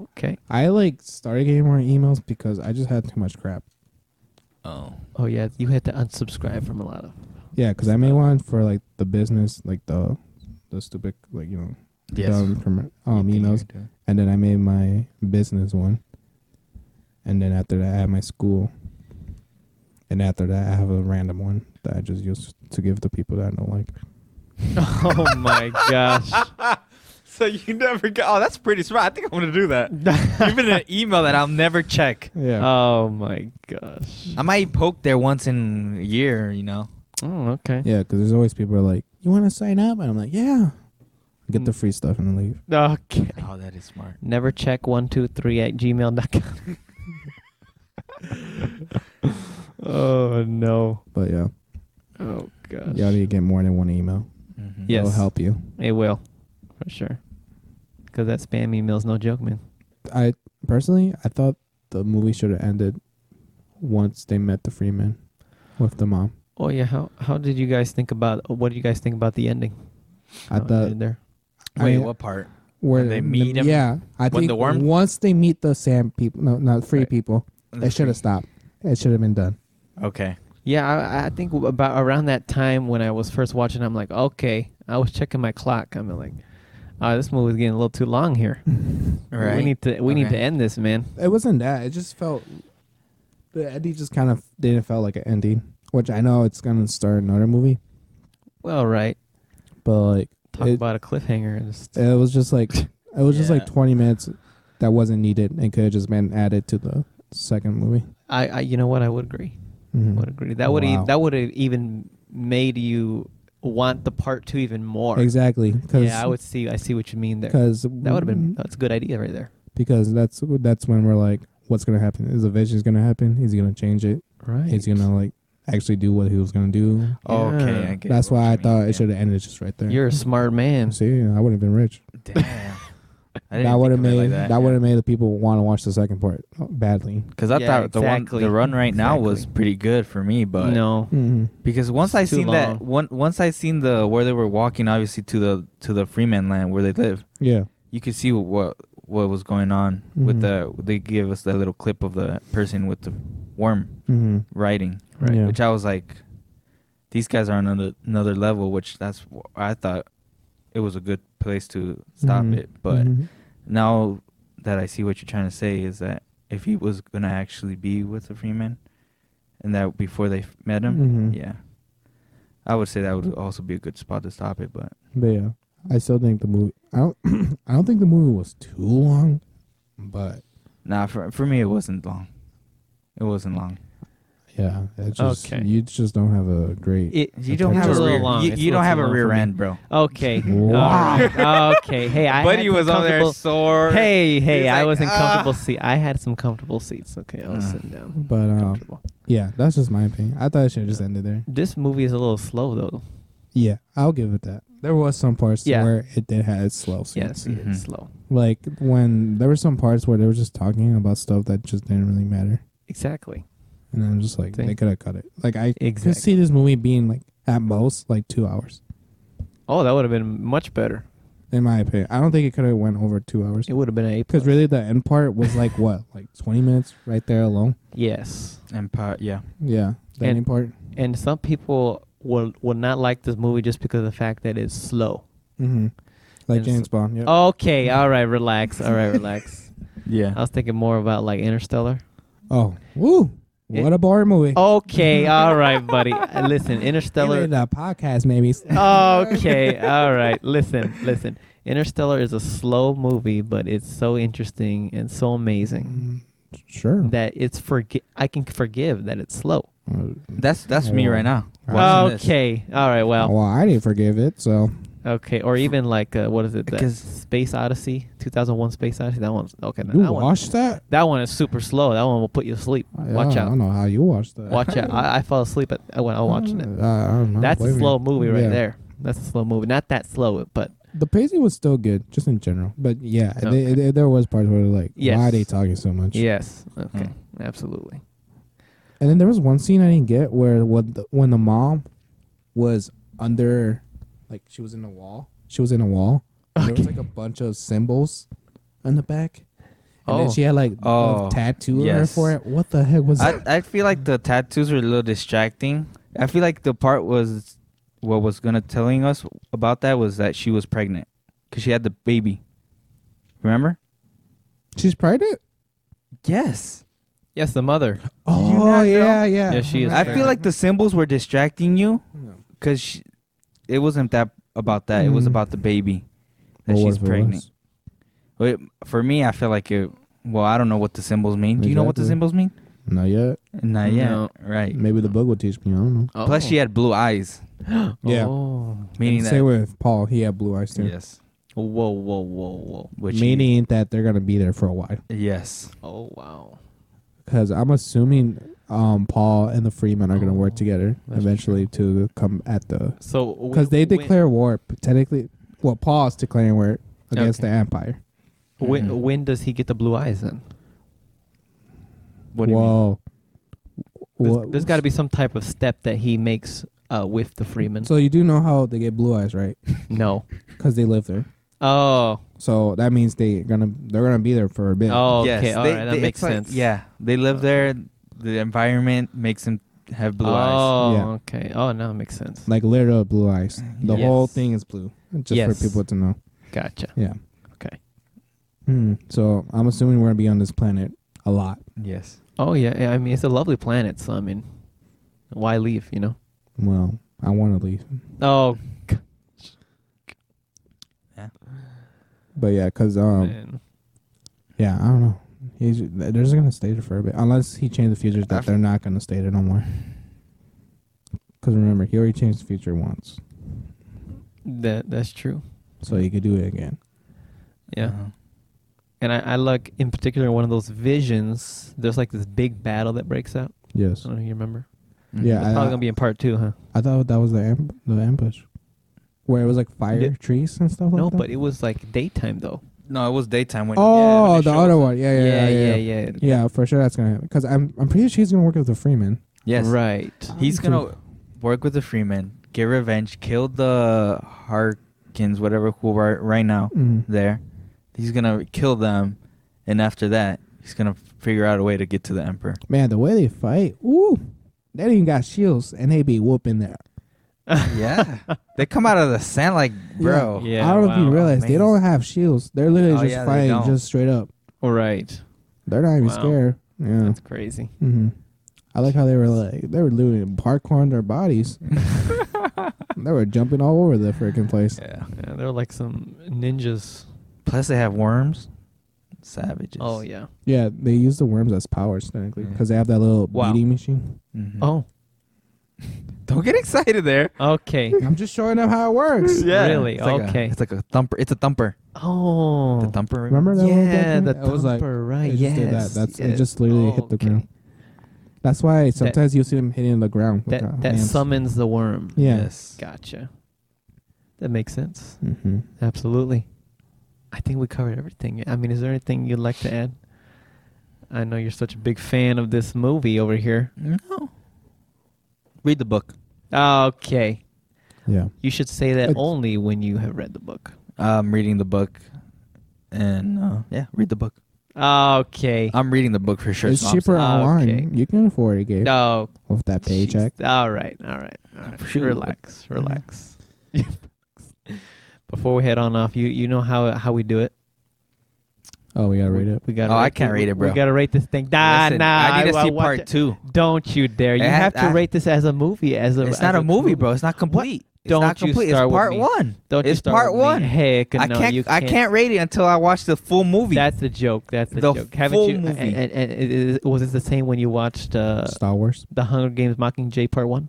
Okay.
I like started getting more emails because I just had too much crap.
Oh.
Oh yeah, you had to unsubscribe from a lot of.
Yeah, because I made one for like the business, like the the stupid like you know dumb prom- um, emails. and then I made my business one, and then after that I have my school, and after that I have a random one that I just use to give to people that I don't like.
oh my gosh.
So you never go. Oh, that's pretty smart. I think I'm gonna do that. Even an email that I'll never check.
Yeah,
Oh my gosh.
I might poke there once in a year. You know.
Oh okay.
yeah, because there's always people who are like, "You want to sign up?" and I'm like, "Yeah." Get the free stuff and then leave.
Okay.
Oh, that is smart.
Never check one two three at gmail.com. oh no.
But yeah,
Oh gosh.
y'all need to get more than one email.
Mm-hmm.
Yes.
It'll help you.
It will, for sure. Because that spam email's no joke, man.
I personally, I thought the movie should have ended once they met the Freeman with the mom.
Oh yeah. How how did you guys think about? What do you guys think about the ending? How
I
it
thought
ended there.
Wait,
I-
what part?
where
When they
the-
meet him?
Yeah, I
When
think
the worm-
once they meet the sand people, no, not free
Right.
people, they should have stopped. It should have been done.
Okay.
Yeah, I, I think about around that time when I was first watching, I'm like, okay. I was checking my clock. I'm like, oh, this movie's getting a little too long here.
Right.
We need to we need
Okay.
to end this, man.
It wasn't that. It just felt the ending just kind of didn't feel like an ending, which I know it's gonna start another movie,
Well, right.
but like
Talk
It-
about a cliffhanger. and It's,
it was just like it was just like
Yeah.
twenty minutes that wasn't needed and could have just been added to the second movie.
I, I you know what? I would agree.
Mhm.
Would agree. That would
Wow.
e- that would have even made you want the part two even more.
Exactly, because
Yeah, I would see. I see what you mean there.
because
That would have
mm-hmm.
been that's a good idea right there.
because that's that's when we're like, what's gonna happen? Is the vision's gonna happen? He's gonna change it.
Right.
He's gonna like actually do what he was gonna do.
Okay.
Yeah.
I get
That's
what
why
you
I
mean,
thought
yeah.
it should have ended just right there.
You're a smart man.
See, I would have been rich.
Damn. I didn't
That would have
think of it
made
like
that, would have made the people want to watch the second part badly.
Because I
Yeah,
thought
exactly.
the one the run right now was
Exactly.
pretty good for me, but
no.
Mm-hmm.
because once I
It's too
seen
long.
that one once I seen the where they were walking obviously to the to the Freeman land where they live,
Yeah,
you could see what what was going on with the
Mm-hmm.
Mhm.
they give us that little clip of the person with the worm
mm-hmm.
riding,
Right. Yeah.
which I was like, these guys are on another, another level, which that's wh- I thought it was a good place to stop
Mm-hmm.
Mhm.
it, but now that I see what you're trying to say is that if he was gonna actually be with the Freeman, and that before they f- met him,
Mhm.
yeah, I would say that would also be a good spot to stop it. But
but yeah, I still think the movie. I don't. I don't think the movie was too long, but
nah, for for me it wasn't long. It wasn't long.
yeah, it's just,
Okay.
You just don't have a great.
It,
You don't
It's
have a
a little
rear.
long.
You,
It's
you
a little
don't have
too
a
long
rear
for me.
end, bro.
Okay.
Wow.
All right. okay. Hey, I
Buddy
had some
was on there
comfortable-
sore.
Hey, hey,
He's
I
like,
was in
"Ah."
comfortable seat. I had some comfortable seats. Okay, I was
Uh.
sitting down.
But um,
Comfortable.
yeah, that's just my opinion. I thought it should have just ended there.
This movie is a little slow though.
Yeah, I'll give it that. There was some parts
Yeah.
where it did have its slow scenes.
Yes, it
Mhm.
is slow.
Like when there were some parts where they were just talking about stuff that just didn't really matter.
Exactly.
And I'm just like,
Thing.
they could have cut it. Like I
Exactly.
could see this movie being like at most like two hours,
Oh, that would have been much better.
in my opinion. I don't think it could have went over two hours
It would have been an A.
because really the end part was like what, like 20 minutes right there alone.
Yes.
And part, yeah,
Yeah, the
And-
ending part.
And some people will will not like this movie just because of the fact that it's slow.
Mm-hmm. Like
And
James
so-
Bond. Yep.
Okay, all right, relax. All right, relax. I
yeah.
was thinking more about like Interstellar.
Oh, woo!
It-
What a boring movie.
Oh, Okay, all right, buddy. Uh, Listen,
Stellar.
Interstellar.
The podcast maybe.
Okay, all right. Listen, listen. Interstellar is a slow movie, but it's so interesting and so amazing
Mm, Sure.
that it's forgi- I can forgive that it's slow.
Uh,
That's that's me right now.
Oh.
watching this.
Okay, all right. Well,
well, I didn't forgive it, so
okay. Or even like uh, what is it? That
'Cause-
Space Odyssey, two thousand one Space Odyssey. That one's okay.
you
that one,
watched that.
that one is super slow. That one will put you to sleep. Watch
Yeah, I don't
out.
know how you watched that.
Watch out. I, I fell asleep at, when I was watching it.
Uh, I don't know.
That's a
Blame you.
slow movie right
Yeah.
there. That's a slow movie. Not that slow, but
The pacing was still good, just in general. But yeah, it-
Okay.
it- it- there was parts where like,
Yes.
why are they talking so much?
yes. Okay.
Mm.
Absolutely.
And then there was one scene I didn't get where when the, when the mom was under, like she was in the wall. She was in a wall. and There was like a bunch of symbols on the back. And
Oh.
then she had like
Oh,
a tattoo on her
yes.
forehead. What the heck was
I
that?
I feel like the tattoos were a little distracting. I feel like the part was what was gonna telling us about that was that she was pregnant because she had the baby. Remember?
She's pregnant.
Yes.
Yes, the mother.
you
Oh
not know?
yeah, yeah.
Yeah, she is
I feel like the symbols were distracting you
No.
because it wasn't that about that. It was
Mm.
about the baby that
Or
she's
whatever it
pregnant.
was.
Wait, for me, I feel like it. Well, I don't know what the symbols mean. Do you know what the
Exactly.
symbols mean?
Not yet.
Not yet.
No.
Right.
Maybe the book will teach me. I don't know.
Oh.
Plus, she had blue eyes,
Yeah.
Oh.
meaning
Same
that.
with Paul. He had blue eyes too.
Yes.
Whoa, whoa, whoa, whoa.
Which
meaning that they're gonna be there for a while.
yes,
Oh wow.
Because I'm assuming um, Paul and the Freeman are gonna work
Oh,
together
that's
eventually to come at the
So w-
because they
when-
declare war p- technically. Well, Paul's declaring war against
Okay.
the Empire.
when,
Mhm.
when does he get the blue eyes then?
what do you mean?
Whoa.
There's-
Wha-
there's got to be some type of step that he makes uh, with the Freeman.
So you do know how they get blue eyes, right?
no.
Because they live there.
Oh.
So that means they gonna they're gonna be there for a bit.
Oh. Okay.
Yes,
all
they-
right. That
they-
makes
it's like-
sense.
yeah, they live there. The environment makes them have blue
oh,
eyes.
Yeah.
Okay. Oh, no, it makes sense.
Like literal blue
Oh.
eyes. The
Yes.
whole thing is blue, just
Yes.
for people to know.
Gotcha.
Yeah.
Okay.
Hmm. So I'm assuming we're gonna be on this planet a lot.
Yes,
Oh yeah, yeah. I mean, it's a lovely planet, so I mean, why leave? You know.
Well, I want to leave,
Oh. g-
but yeah, cause um,
man.
yeah, I don't know. He's they're just gonna stay there for a bit, unless he changed the future that they're not gonna stay there no more. Cause remember, he already changed the future once,
That that's true.
so he could do it again.
Yeah.
Uh-huh.
And I, I like in particular one of those visions. There's like this big battle that breaks out. I
Yes.
don't know if you remember.
Mhm.
Yeah.
It's
I-
probably gonna be in part two, huh?
I thought that was the amb- the ambush, where it was like fire
Yeah.
trees and stuff.
No,
like that?
but it was like daytime though.
Mm-hmm. No, it was daytime when. yeah,
oh,
when they
the
showed
other
us.
one. Yeah, yeah, yeah, yeah. yeah.
yeah.
Yeah, for sure that's gonna happen. Cause I'm I'm pretty sure he's gonna work with the Freeman.
Yes,
Right.
He's
Cool.
gonna work with the Freeman, get revenge, kill the Harkins, whatever who are right now
Mm.
there. He's gonna kill them, and after that, he's gonna figure out a way to get to the Emperor.
Man, the way they fight, ooh, they don't even got shields and they be whooping there.
yeah, they come out of the sand like, bro.
Yeah.
I don't know if you
wow,
realize they
amazing.
don't have shields. They're literally
Oh,
just
yeah, they
fighting
don't.
just straight up.
Right.
They're not even
Wow.
scared. Yeah.
That's crazy.
hmm I like how they were like they were literally parkouring their bodies. they were jumping all over the freaking place.
Yeah.
Yeah, they're like some ninjas.
Plus, they have worms. Savages.
Oh yeah.
Yeah, they use the worms as powers technically
Yeah.
because they have that little
Wow.
beating machine.
Mhm.
Oh.
don't get excited there.
Okay.
I'm just showing them how it works.
Yeah. Really?
It's like a-
Okay.
it's like a thumper. It's a thumper.
Oh.
The thumper.
Remember that? one
yeah,
thing?
the
It was like-
thumper,
They
right?
just
yes,
did that. That's it.
yes.
Just literally hit the
Okay.
ground. That's why sometimes you see them hitting the ground. with their
That that
hands.
summons the worm.
Yeah.
Yes.
Gotcha. That makes sense.
Mm-hmm.
Absolutely. I think we covered everything. I mean, is there anything you'd like to add? I know you're such a big fan of this movie over here.
No. Read the book.
Okay.
Yeah.
You should say that
It's-
only when you have read the book.
I'm reading the book, and uh, yeah, read the book.
Okay.
I'm reading the book for sure.
it's
synopsis.
cheaper
Ah,
online.
okay.
You can afford it, Gabe,
No.
with that paycheck.
Oh, Jeez. All right. All right. All right.
Shoot.
Relax. Relax. Before we head on off, you you know how how we do it.
Oh, we gotta read it.
We gotta.
Oh, I
rate
can't
thi-
read it, bro.
We gotta rate this thing. Ah, Nah,
Listen,
nah.
I need to see
want
part
to-
two.
Don't you dare! You
It
have
has-
to
I-
rate this as a movie. As a.
It's
as
not a movie, bro. It's not complete. It's
Don't
not
you
complete.
start
it's
with
part
me.
one.
Don't you
it's
start
part
with me.
one.
Heck,
I
no,
can't,
you
I can't rate it until I watch the full movie.
That's the joke. That's the,
The
joke. Haven't
full
you?
movie.
And, and, and it is- was it the same when you watched uh,
Star Wars.
the Hunger Games Mockingjay Part One?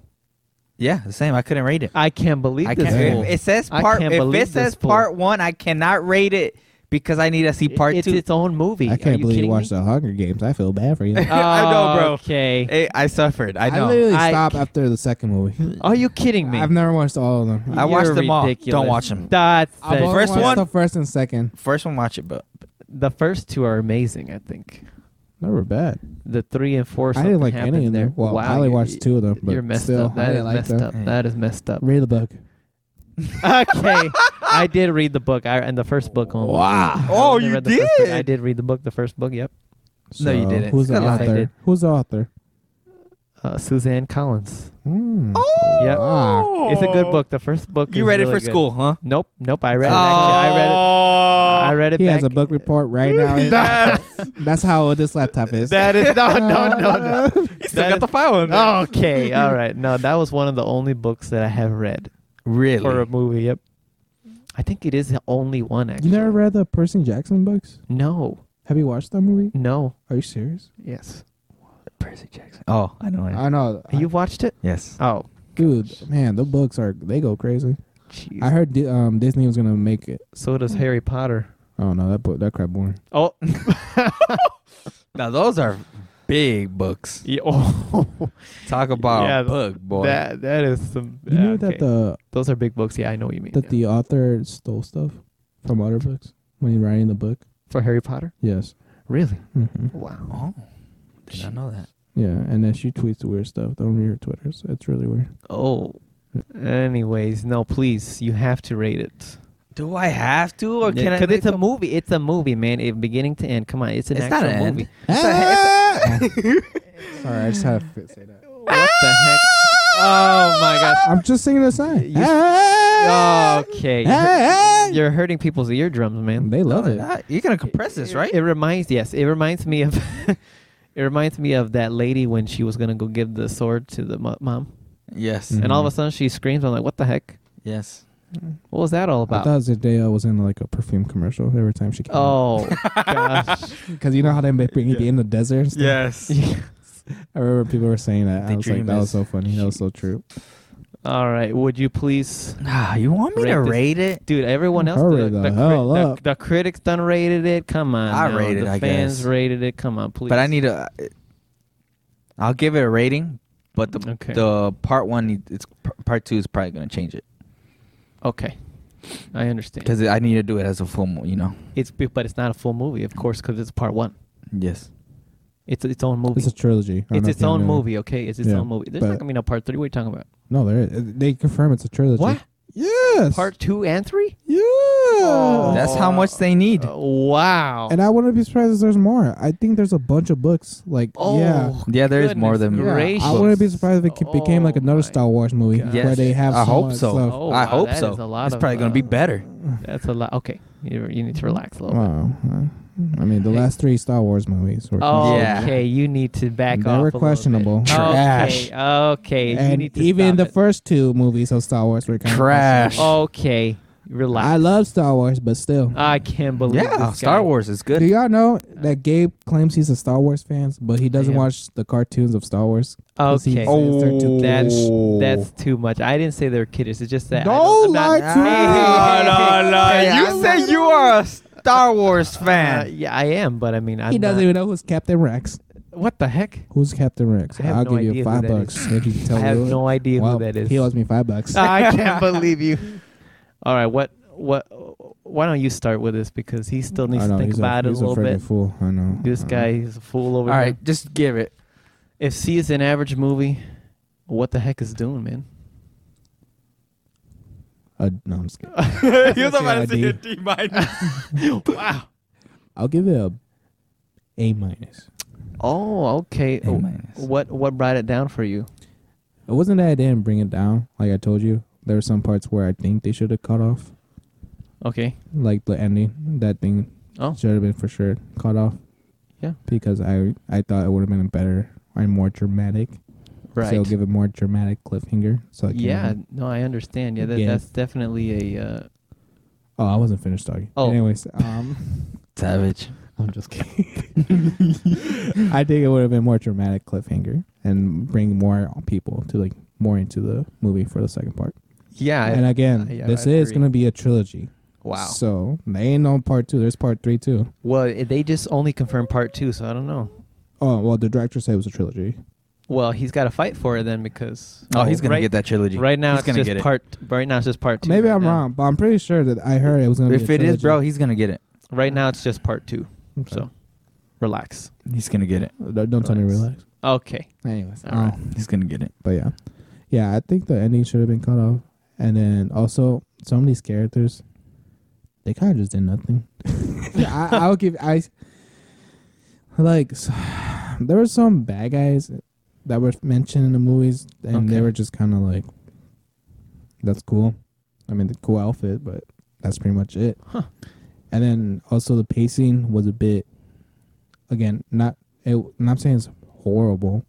yeah, the same. I couldn't rate it.
I can't believe
I
this.
can't.
fool.
If it says
I
part.
can't
If
believe
it
this
says
fool.
part one, I cannot rate it because I need to see part
it's
two.
its own movie.
I
Are
can't
you
believe
kidding
you
me?
watched the Hunger Games. I feel bad for you.
I know, bro.
Okay.
Hey, I suffered. I know.
literally
I-
stopped after the second movie.
Are you kidding me?
I've never watched all of them.
I watched
You're
them all.
ridiculous.
Don't watch them.
That's
I've
the
only
First
watched
one?
the first and second.
First one, watch it, but
The first two are amazing. I think
They were bad.
the three and four.
I didn't
something
like any
happens
of
there.
them. Well,
wow,
I only
you-
watched two of them, but
You're messed
still,
up.
I
That is
didn't like
messed
them.
up. That is messed up.
Read the book.
okay, I did read the book. I and the first book only.
Wow.
I
Oh,
only
you
read the first book.
did?
I did read the book, the first book. Yep.
No, you
So,
didn't.
Who's the
Yes, I
did.
author? Who's the author?
Uh, Suzanne Collins.
Mm.
Yep.
Wow.
Ah, It's a good book. The first book.
Oh. You
is
read it
really
for
good.
school, huh? Oh.
Nope. Nope. I read it. Actually, I read it. I read it.
He
back.
has a book report right now.
That's-
That's how old this laptop is.
That is no, no, no, no.
he
That
still got
is- Oh.
the file in there.
Okay, all right. No, that was one of the only books that I have read
Really?
for a movie. Yep. I think it is the only one. Actually,
You never read the Percy Jackson books?
No,
Have you watched that movie?
no.
Are you serious?
Yes.
Percy Jackson. Oh, I know. it.
I know. I-
You watched it?
yes.
Oh,
dude, man, the books are they go crazy. I
Jeez.
heard Di- um, Disney was gonna make it.
So does Harry Potter.
Oh no, that bo- that crap boring.
Oh,
Now those are big books.
yeah, oh,
Talk about
Yeah,
book boy.
that that is some.
You
yeah,
know
okay.
that the
Those are big books. Yeah, I know what you mean.
that
yeah.
the author stole stuff from other books when he's writing the book.
For Harry Potter,
Yes.
really?
hmm
Wow.
oh, did not know that.
Yeah, and then she tweets weird stuff. Don't read her Twitter. So it's really weird.
Oh. Anyways, no, please, you have to rate it.
Do I have to, or can I?
Because it's
make
a movie. It's a movie, man. It, beginning to end. Come on, it's an
It's not
actual
an end.
movie.
Sorry, I just had to fit- say that.
What the heck? Oh my god.
I'm just singing a sign.
You- Okay. You're hurt- You're Oh, hurting people's eardrums, man.
They love
No,
it.
not- You're gonna compress this, right?
It reminds yes, it reminds me of it reminds me of that lady when she was gonna go give the sword to the mo- mom,
Yes.
Mm.
and all of a sudden she screams. I'm like, what the heck?
Yes.
What was that all
I
about?
thought Zendaya was in like a perfume commercial every time she came.
oh gosh.
because you know how they make Britney be in the desert. And stuff?
Yes.
I remember people were saying that.
They
I was like,
dream
that was
is-
so funny. That was so true.
all right. Would you please?
Ah, you want me to
Rate
rate it?
Dude, everyone else,
Hurry
the,
the hell up.
the critics done rated it. Come on,
I
now.
rated it,
The
I
fans
guess.
rated it. Come on, please.
But I need a. I'll give it a rating, but the
Okay.
the part one, it's part two is probably gonna change it
Okay, I understand.
because I need to do it as a full, mo- you know.
It's be- but it's not a full movie, of course, because it's part one.
Yes.
It's its own movie.
It's a trilogy. I don't
It's
know
its
if you
own
knew.
movie, okay? It's its
Yeah,
own movie. There's
but-
not gonna be no part three. What are you talking about?
No, there is. They confirm it's a trilogy.
What?
Yes.
Part two and three?
Yeah.
Oh.
That's how much they need.
Uh, wow.
And I wouldn't be surprised if there's more. I think there's a bunch of books. Like,
oh,
yeah.
Yeah, there is more
goodness
than-
Yeah,
gracious.
I wouldn't be surprised if it ke- became like
Oh
another
my
Star Wars movie
God.
where
Yes.
they have.
I
so
hope
much
so.
stuff.
Oh,
I
wow,
hope
that
so.
is a lot
it's
of,
probably gonna be
uh,
better.
That's a lot. Okay, you, you need to relax a little. bit.
Wow. Uh, I mean, the last three Star Wars movies were
Oh,
Yeah.
okay. You need to back
They
off.
were
a little bit.
questionable. Trash.
Okay. Okay. you
and
need to
even
stop
the
it.
first two movies of Star Wars were kind
Trash.
Okay. Relax.
I love Star Wars, but still.
I can't believe.
Yeah,
this
Star
guy.
Wars is
Do
good.
y'all know that Gabe claims he's a Star Wars fan, but he doesn't
Damn.
watch the cartoons of Star Wars? 'cause he
Okay. Oh.
says they're too
That's
kiddish.
Oh.
that's too much. I didn't say they were kiddish. It's just that. I
Oh. Don't
don't- I'm
lie
not-
to me.
Hey, hey, hey,
You
I'm
said
not-
you are a Star Wars
Uh,
fan.
yeah, I am, but I mean, I'm
he doesn't
not-
even know who's Captain Rex.
What the heck?
Who's Captain Rex?
I have
I'll
no
give
idea
you
who
five
that
bucks if you can tell
I
me.
have
who-
no idea
Well,
who that is. Ah.
He owes me five bucks.
Oh, I can't believe you. All right, what, what? Why don't you start with this because he still needs
I know,
to think
he's
about
a,
it a
he's
little
a
bit.
friggin' fool. I know.
This
I know.
guy is a fool over
All
here.
right, just give it.
If C is an average movie, what the heck is Dune, man?
Uh, no, I'm just kidding.
you
was about to say a
D minus.
wow.
I'll give it a A minus.
Oh, okay.
A minus.
What what brought it down for you?
It wasn't that I didn't bring it down. Like I told you, there were some parts where I think they should have cut off,
Okay.
like the ending. That thing
Oh.
should have been for sure cut off.
Yeah.
Because I I thought it would have been better and more dramatic.
Right.
So give it more dramatic cliffhanger. So it can-
yeah. No, I understand. Yeah, that,
Yeah.
that's definitely a. Uh,
Oh, I wasn't finished talking.
Oh.
Anyways, um,
Savage.
I'm just kidding. I think it would have been more dramatic cliffhanger and bring more people to like more into the movie for the second part.
yeah.
and again,
I- yeah,
this
I
is
agree.
gonna be a trilogy.
wow.
So there ain't no part two. There's part three too.
Well, it- they just only confirmed part two, so I don't know.
Oh well, the director said it was a trilogy.
Well, he's got to fight for it then because.
Oh, he's gonna
right,
get that trilogy.
Right now,
he's
it's
gonna
just
get it.
part. Right now, it's just part two.
Maybe
right
I'm
now.
wrong, but I'm pretty sure that I heard it was gonna
If
be. a
it is, bro,
trilogy.
he's gonna get it.
Right now, it's just part two.
Okay.
So, relax.
He's gonna get it.
Don't, don't tell me
Relax.
relax.
Okay.
Anyways,
All right.
um,
He's gonna get it.
but yeah, yeah, I think the ending should have been cut off, and then also some of these characters, they kind of just did nothing. I, I'll give I like s there were some bad guys that were mentioned in the movies, and they
Okay.
were just kind of like, that's cool. I mean, the cool outfit, but that's pretty much it.
Huh.
And then also the pacing was a bit, again, not it. And I'm saying it's horrible,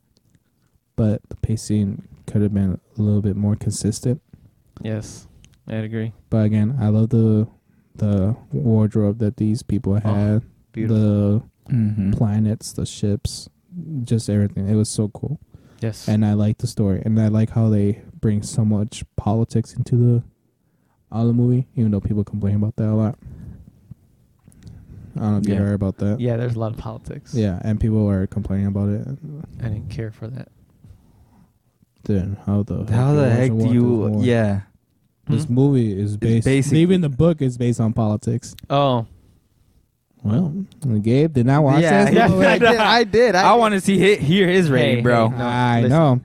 but the pacing could have been a little bit more consistent.
Yes, I agree.
But again, I love the the wardrobe that these people had,
Oh, Beautiful.
the
Mm-hmm.
planets, the ships, just everything. It was so cool,
yes.
and I like the story, and I like how they bring so much politics into the of the movie, even though people complain about that a lot. I don't know if
Yeah.
you heard about that.
Yeah, there's a lot of politics.
Yeah, and people are complaining about it.
I didn't care for that.
Then how the
How
you
the
watch
heck do
and want this
you?
more?
Yeah,
This
Hmm?
movie is based.
basic-
Even the book is based on politics.
Oh,
Well, Gabe did not watch
yeah,
this.
yeah,
movie.
I did. I did. I, want to see hit, hear his rating,
Hey,
bro.
hey. No,
I
listen.
know,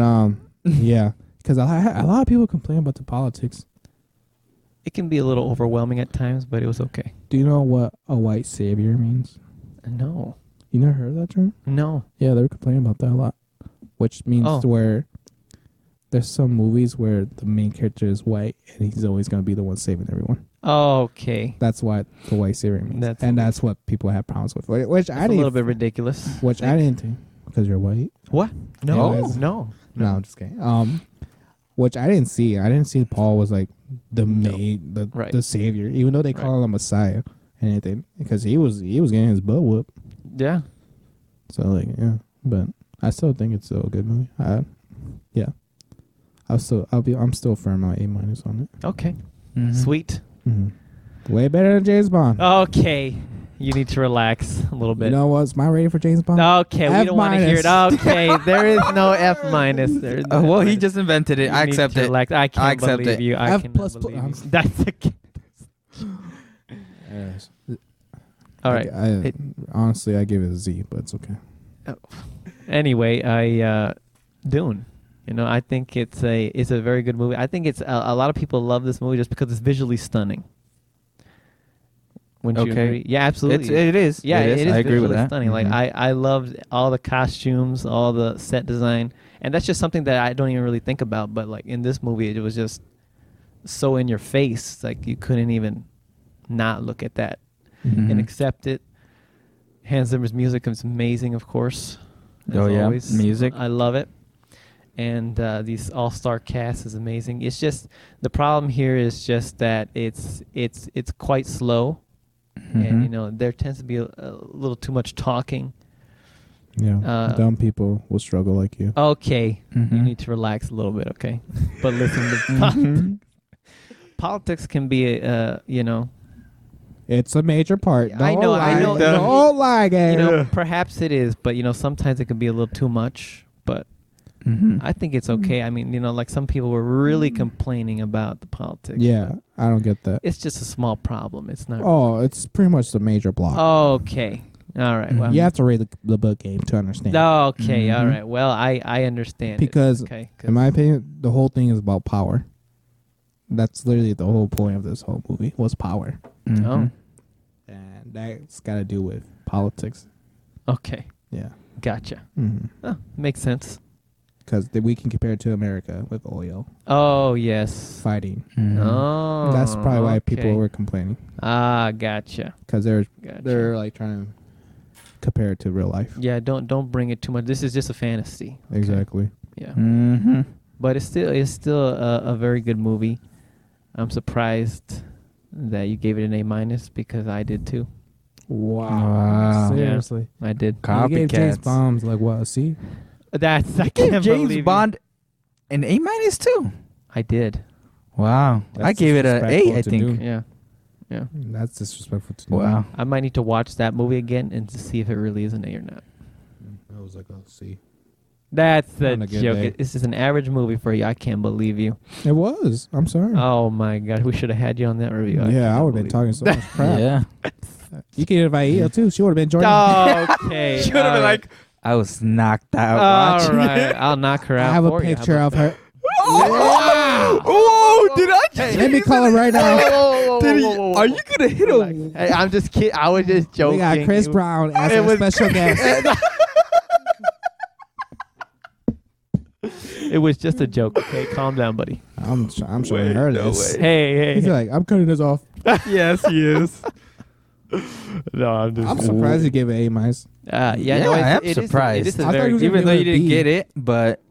um, yeah, because a, lot- a lot of people complain about the politics.
it can be a little overwhelming at times, but it was okay.
Do you know what a white savior means?
No,
You never heard of that term?
no.
Yeah, they were complaining about that a lot, which means
Oh.
where there's some movies where the main character is white and he's always going to be the one saving everyone.
Okay,
That's what the white savior means,
That's
and that's what people have problems with. whi- Which I
it's a
didn't,
little bit ridiculous.
which I didn't think because you're white.
What?
No.
No, no.
No, I'm just kidding. Um, which I didn't see. I didn't see Paul was like the
No.
main, the
Right.
the savior, even though they call him a messiah and anything, because he was he was getting his butt whooped.
Yeah.
So like, yeah, but I still think it's still a good movie. I, yeah, I'll still I'll be I'm still firm on A minus on it.
Okay.
Mhm.
Sweet.
Mm-hmm. Way better than James Bond.
Okay. You need to relax a little
you
bit.
know what's my rating for James Bond?
Okay, we
F
don't want to hear it. Okay, there is no F minus. There is no
Uh, well,
F
he
minus.
just invented it. I
You need
accept
to
it.
relax. I can't
accept
believe
it.
you. I
F
cannot
plus pl-
believe
I'm
you.
s-
That's a kid.
Yes.
All right.
I, I-
It-
honestly, I give it a Z, but it's okay.
Anyway, I uh, Dune. You know, I think it's a it's a very good movie. I think it's a, a lot of people love this movie just because it's visually stunning. Wouldn't you
Okay.
agree? Yeah, absolutely.
It's, it is.
Yeah,
it is. I agree with
visually
that. Mm-hmm.
Stunning. Like
Mhm.
I, I loved all the costumes, all the set design, and that's just something that I don't even really think about. But like in this movie, it was just so in your face, like you couldn't even not look at that
Mhm.
and accept it. Hans Zimmer's music is amazing, of course. as
Oh, yeah.
always.
Music.
I love it. And uh, these all-star cast is amazing. It's just the problem here is just that it's it's it's quite slow and
Mhm.
you know there tends to be a, a little too much talking
Yeah,
Uh, Oh.
dumb people will struggle like you.
okay you
Mhm.
need to relax a little bit okay but listen to
Mhm.
politics can be uh you know
It's a major part.
I know, I
Don't
know.
lie. Don't lie,
you
gang.
know perhaps it is but you know sometimes it can be a little too much but
Mhm.
i think
Mm.
it's okay i mean you know like some people were really complaining about the politics
Yeah, I don't get that.
it's just a small problem it's not
Oh, it's pretty much the major block.
Oh, okay all right well
you have to read the, the book game to understand.
okay all
Mhm.
right well i i understand it.
Mm-hmm. Because,
okay 'cause-
In my opinion, the whole thing is about power. That's literally the whole point of this whole movie was power,
Oh.
Mhm.
and that's got to do with politics.
okay
Yeah,
gotcha
because
oh, makes sense
we can compare it to America with oil
oh yes
fighting.
Mhm.
Oh,
that's probably why people
okay.
were complaining
Ah, gotcha,
because they're
gotcha.
they're uh, like trying to compare it to real life.
yeah, don't don't bring it too much. This is just a fantasy. okay?
Exactly.
Yeah,
Mhm.
but it's still it's still a, a very good movie. I'm surprised that you gave it an A minus because I did too.
Wow.
Seriously.
I did.
You gave James
Copycats.
Bombs like what a C?
That's I
You gave
can't
James
believe you.
Bond an A minus too.
I did.
Wow, I
That's
gave it a
disrespectful
eight. I
to
think.
do.
Yeah, yeah.
That's disrespectful to
Wow.
I might need to watch that movie again and to see if it really is an A or not.
That was like a C.
That's the
On a good
joke.
day.
It- This is an average movie for you. I can't believe you.
It was. I'm sorry.
Oh my god, we should have had you on that review. I
Hmm. yeah, I
cannot
would have
believe-
been talking so much crap.
Yeah,
You can invite Eel too. She would have been joining.
Okay.
She would've
all
been
right.
like, I was knocked out.
All
watching
right,
it.
I'll knock her
I
out.
have a
for you. How
picture
about
of her.
Oh, oh, did I? Just
Let me call her right now.
Did he- are you gonna hit
that?
a?
Hey, I'm just kidding. I was just joking.
We got Chris Brown as
It
our
was-
special guest.
It was just a joke. Okay, calm down, buddy.
I'm, sh- I'm showing
Oh, Wait,
her
no
this.
way.
Hey, hey.
He's
hey.
like, I'm cutting this off.
yes, he is.
no, I'm just.
I'm surprised you gave it A minus.
Uh, yeah, no,
Yeah,
it's-
I
it
am
is a- it
surprised.
is a
I thought
very
you were
good-
Even though you didn't
B.
get it, but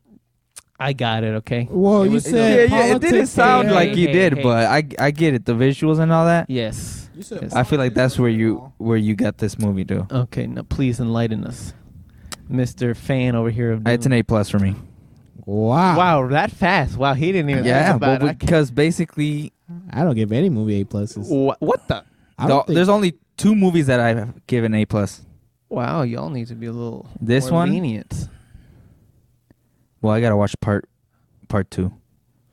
I got it. Okay.
Whoa,
It
Oh, you
was-
said
yeah, yeah, it didn't
politics.
sound like you
Hey,
did,
hey.
but I I get it. The visuals and all that.
Yes.
You said
Yes.
I feel like that's where you where you got this movie to.
Okay. Now, please enlighten us, Mister Fan over here. Of
It's an
Dune.
A plus for me.
Wow.
Wow, that fast. Wow, he didn't even think
Yeah,
about
well,
it.
because basically,
I don't give any movie A pluses.
Wha- what the?
I
the-
don't think-
there's only two movies that I've given A plus.
Wow, y'all need to be a little
This
more
one?
lenient.
Well, I gotta watch part part two.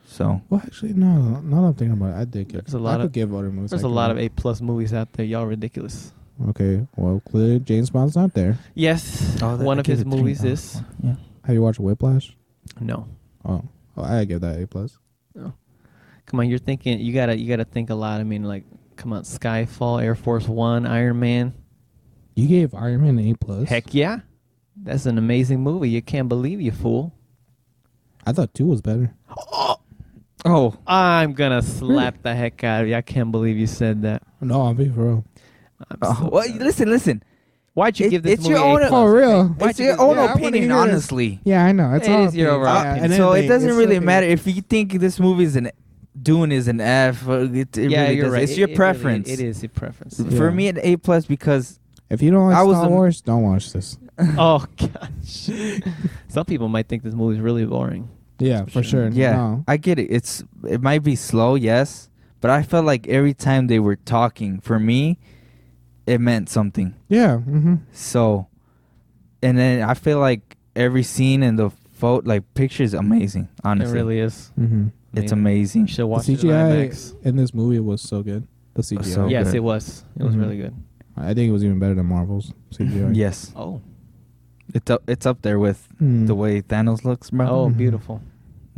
So
Well, actually, no. Now that I'm thinking about it, I did give.
There's a lot
I could
of-
give other movies.
There's
I
a lot of
could-
A plus movies out there. Y'all ridiculous.
Okay. Well, clearly James Bond's not there.
Yes,
Oh,
one
that- I
of
gave
his
it three.
movies
Oh,
is
yeah.
Have you watched Whiplash?
no.
Oh, oh I give that A plus.
Come on, you're thinking. You gotta. You gotta think a lot. I mean, like, come on, Skyfall, Air Force One, Iron Man.
You gave Iron Man an A plus.
Heck yeah, that's an amazing movie. You can't believe you fool.
I thought two was better.
Oh,
I'm gonna slap the heck out of you. I can't believe you said that.
No, I'm being for real.
I'm
oh,
so
well,
done.
listen, listen.
Why'd you
it-
give this
it's
movie
your own-
A plus?
For real.
Why'd
it's
you
your
give-
own
yeah, I wanna
opinion,
hear this.
honestly.
Yeah, I know. It's
It
all
is your
opinion.
overall
Yeah,
opinion.
and
So it
anything,
doesn't
it's
really
nothing.
matter if you think this movie is an Dune is an F. uh, It, it
yeah,
really
you're
doesn't-
right.
It's
It- it
your
really-
preference.
it is your preference.
is.
For
Yeah.
me, an A plus because
If you don't like
I was
Star
a-
Wars, don't watch this.
oh gosh, some people might think this movie's really boring.
Yeah, for sure.
yeah,
No.
I get it. It's it might be slow, yes, but I felt like every time they were talking, for me, it meant something.
Yeah. Mm-hmm.
So, and then I feel like every scene in the photo, like picture, is amazing. Honestly,
It really is.
Mm-hmm.
it's amazing.
You should
The
watch it in IMAX.
CGI in this movie was so good. The CGI.
so
yes,
good. Mm-hmm.
it was. It was
Mhm.
really good.
I think it was even better than Marvel's CGI.
Yes,
Oh,
it's up, it's up there with
Mm.
the way Thanos looks, bro.
oh,
Mhm.
beautiful.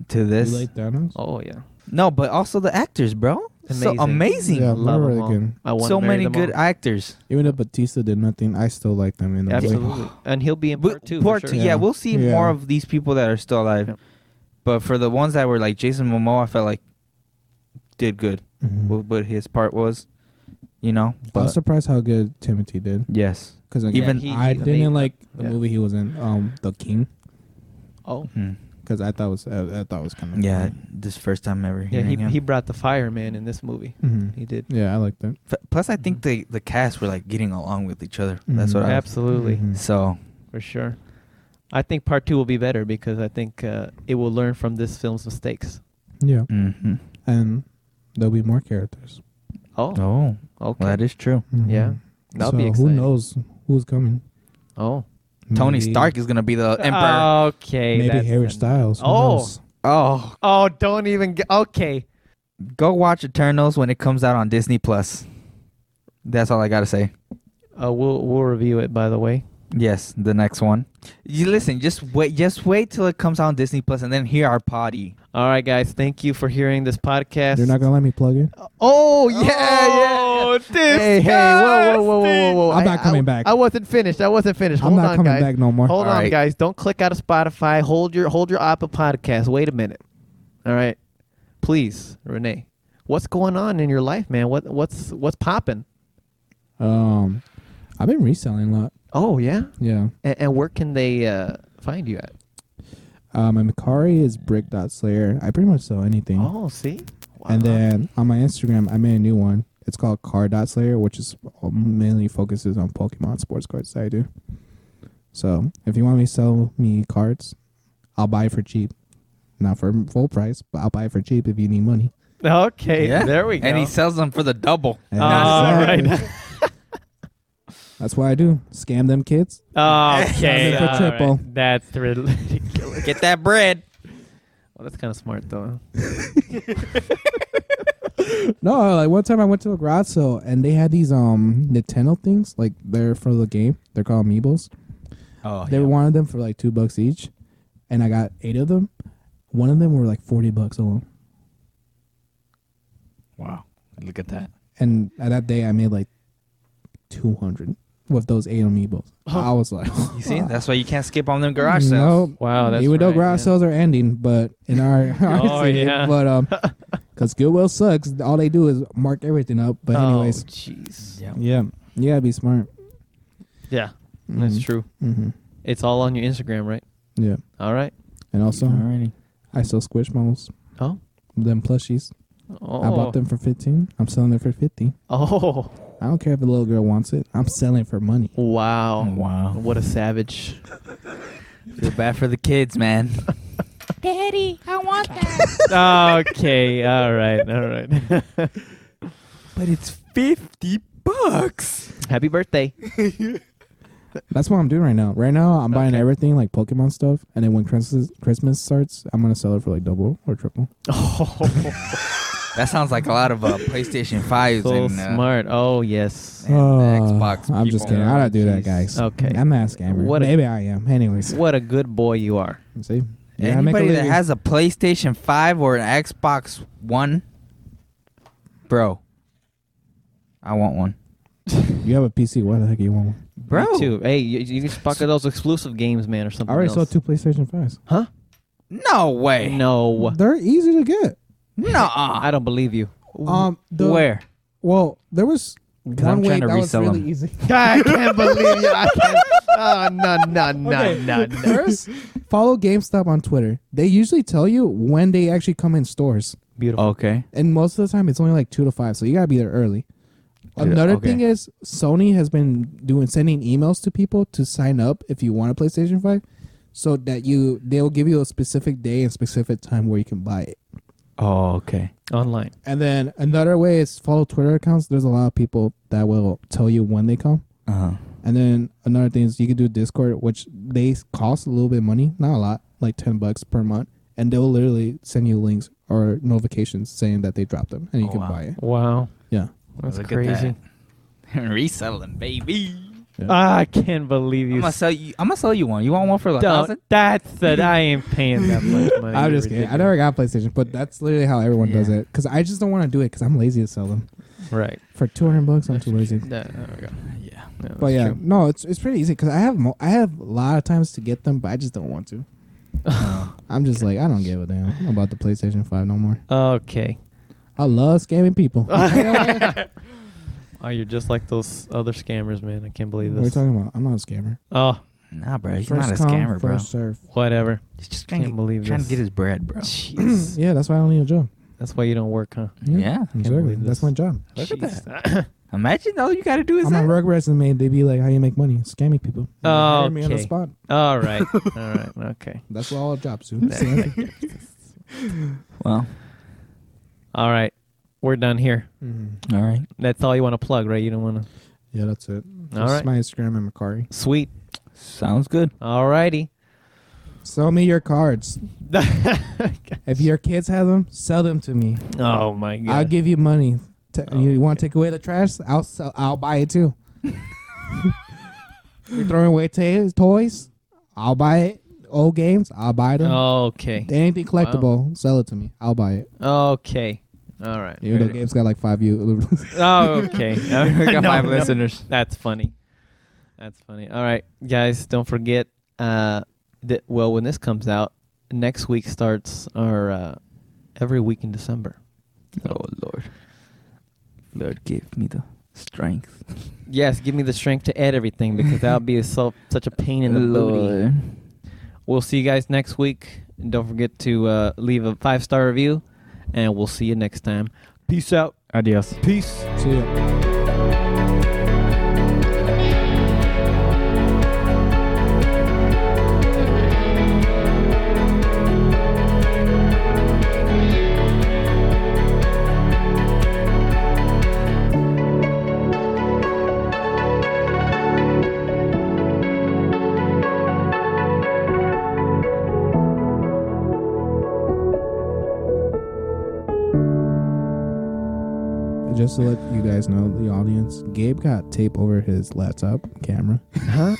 To this,
You like Thanos?
Oh yeah,
no, but also the actors, bro. So amazing.
Yeah,
Love
they're
them
really good.
all. I want
So
marry
many
them
good
all.
actors.
Even though Batista did nothing, I still like them in the movie.
Absolutely, and he'll be in
But
part two.
part
for
two,
sure.
yeah.
Yeah.
we'll see
Yeah.
more of these people that are still alive.
Yeah.
But for the ones that were like Jason Momoa, I felt like did good.
Mhm.
What what his part was, you know.
I
But
was surprised how good Timothy did.
yes.
Because
Even-
even
he-
I
he's
didn't
amazing.
like the
Yeah.
movie he was in, um, The King,
Oh,
Hmm.
because I thought was uh, I, I thought was kind of
Yeah, this first time ever.
yeah.
Hearing
He
him.
he brought the fireman in this movie.
Mm-hmm.
He did
Yeah, I liked that.
F- Plus, I
Mm-hmm.
think the the cast were like getting along with each other. That's
Mhm.
what I.
absolutely
Mhm.
So
for sure. I think part two will be better because I think uh, it will learn from this film's mistakes.
Yeah,
hmm
and there'll be more characters.
Oh,
oh, well,
okay.
that is true.
Mhm.
Yeah. That'll
so
be
who
exciting.
knows who's coming?
Oh,
Tony
Maybe-
Stark is gonna be
Uh,
the emperor.
Okay.
Maybe
that's
Harry
an-
Styles. Who
Oh.
knows?
oh,
Oh, don't even. Get, okay.
go watch Eternals when it comes out on Disney Plus. That's all I gotta say.
Uh, we'll we'll review it by the way.
Yes, the next one. You listen. Just wait. Just wait till it comes out on Disney Plus, and then hear our potty.
All right, guys. Thank you for hearing this podcast.
You're not gonna let me plug it.
oh yeah,
Oh,
yeah. Hey, hey, whoa, whoa, whoa, whoa, whoa, whoa.
I'm
I-
not coming
I-
back.
I wasn't finished. I wasn't finished.
I'm
Hold
not
on,
coming
guys.
back no more.
Hold
All
on,
right.
guys. Don't click out of Spotify. Hold your hold your Apple Podcast. Wait a minute. All right, please, Renee. What's going on in your life, man? What what's what's popping?
Um, I've been reselling a lot.
Oh yeah.
Yeah.
And, and where can they uh, find you at?
Uh, my Mikari is brick.slayer. I pretty much sell anything.
Oh, see. Wow.
And then on my Instagram, I made a new one. It's called Card.Slayer, which is uh, mainly focuses on Pokemon sports cards that I do. So if you want me to sell me cards, I'll buy for cheap. Not for full price, but I'll buy for cheap if you need money.
okay,
Yeah.
there we go. Uh,
And he sells them for the double.
And
All
that's- That's what I do. Scam them kids.
Okay.
Something for
all right.
triple.
That's ridiculous.
Get that bread.
Well, that's kind of smart, though.
No, like one time I went to a garage sale and they had these um Nintendo things, like they're for the game. They're called amiibos.
Oh,
They wanted them for like two bucks each, and I got eight of them. One of them were like forty bucks alone.
wow. Look at that.
and at that day I made like two hundred with those eight amiibos. I was like,
You see, that's why you can't skip on them garage sales.
Nope.
Wow, Oh, that's
Even though
right,
garage
yeah.
sales are ending, but in our,
Oh,
our city,
yeah.
but um, because Goodwill sucks. All they do is mark everything up. But anyways,
oh, jeez.
Yeah.
yeah, yeah, be smart.
Yeah, that's true.
Mm-hmm.
It's all on your Instagram, right?
Yeah,
All right.
and also
Alrighty.
I sell Squishmallows.
Oh.
Them plushies.
Oh.
I bought them for fifteen. I'm selling them for fifty.
Oh,
I don't care if the little girl wants it. I'm selling for money.
wow.
Oh,
Mm.
wow.
What a savage.
Feel bad for the kids, man.
Daddy, I want that.
okay, all right, all right.
But it's fifty bucks.
Happy birthday.
That's what I'm doing right now. Right now, I'm buying everything like Pokemon stuff, and then when Christmas Christmas starts, I'm gonna sell it for like double or triple.
Oh,
That sounds like a lot of uh, PlayStation Fives
so
and uh,
smart. Oh, yes.
and
Ah.
Xbox.
I'm just
people.
kidding. I don't do that,
Jeez.
guys.
Okay.
I'm not a scammer.
What a-
Maybe I am. Anyways,
What a good boy you are.
see, Yeah, I make a
Anybody that
living.
has a PlayStation Five or an Xbox One, bro, I want one,
you have a PC. Why the heck you want one?
bro.
Me too. Hey, you, you can fuck with those exclusive games, man, or something.
I already
else.
sold two PlayStation Fives.
Huh?
No way.
No,
They're easy to get.
I
No.
don't believe you.
Um, the,
Where?
Well, there was
'Cause I'm
one way
trying to
that was
resell
really
them.
easy.
I can't believe you. I can't. Oh, no, no, no,
Okay, First, follow GameStop on Twitter. They usually tell you when they actually come in stores,
Beautiful.
Okay.
and most of the time it's only like two to five, so you gotta be there early.
Yeah,
Another
okay.
thing is Sony has been doing sending emails to people to sign up if you want a PlayStation Five, so that you they'll give you a specific day and specific time where you can buy it.
Oh, okay.
Online.
And then another way is follow Twitter accounts. There's a lot of people that will tell you when they come.
Uh huh.
And then another thing is you can do Discord, which they s- cost a little bit of money, not a lot, like ten bucks per month, and they'll literally send you links or notifications saying that they dropped them, and you
Oh,
can
wow.
buy it.
Wow.
Yeah,
That's
Look at
crazy.
that. Reselling, baby.
Ah, I can't believe
I'm
you.
gonna sell you. I'm gonna sell you one. You want one for like
Don't-
thousand?
That's that. I ain't paying that much money.
I'm
You're
just kidding. I
ridiculous.
never got PlayStation, but that's literally how everyone does
Yeah.
it. Because I just don't want to do it because I'm lazy to sell them
Right.
for two hundred bucks. I'm too lazy.
Yeah, there we go.
Yeah.
Yeah,
But
that's
yeah,
true.
no, it's it's pretty easy because I have mo- I have a lot of times to get them, but I just don't want to. I'm just like I don't give a damn about the PlayStation Five no more.
Okay.
I love scamming people. What
Oh, you're just like those other scammers, man. I can't believe
are you
this.
talking about? I'm not a scammer.
Oh,
Nah, bro. He's
First
not a
come,
scammer, bro.
first serve.
whatever.
He's just trying,
Can't
to,
believe
trying
this.
to get his bread, bro.
Jeez.
Yeah, that's why I don't need a job.
That's why you don't work, huh?
Yeah.
Exactly.
believe
That's
this.
my job.
Look at
Jeez.
Imagine all you gotta do is
I'm
that.
on Rugrats and made they be like, "How you make money? Scamming people." And they
Oh,
hire me on the
okay.
spot.
All right. All right. Okay.
That's what all jobs do.
Well,
All right. We're done here.
Mhm.
all right.
That's all you want to plug, right? You don't want to.
Yeah, that's it.
All
Just
right.
my Instagram and Macari.
Sweet.
Sounds good.
All righty.
Sell me your cards. If your kids have them, sell them to me.
oh my god.
I'll give you money. T-
Oh,
you want to take away the trash? I'll sell, I'll buy it too. You're throwing away ta- toys? I'll buy it. Old games? I'll buy them.
Oh, okay.
Anything collectible, sell it to me. I'll buy it.
Okay. All right.
Even though
Very-
games got like five views.
Oh, okay.
we got
No,
five
no.
listeners.
That's funny. That's funny. All right, guys, don't forget. Uh, that well, when this comes out, next week starts our uh, every week in December.
Oh Lord, Lord, give me the strength.
Yes, give me the strength to add everything because that would be so, such a pain in the booty. We'll see you guys next week. And don't forget to uh, leave a five star review, and we'll see you next time. Peace out.
Adios.
Peace.
See ya. Just to let you guys know, the audience, Gabe got tape over his laptop camera.
Huh?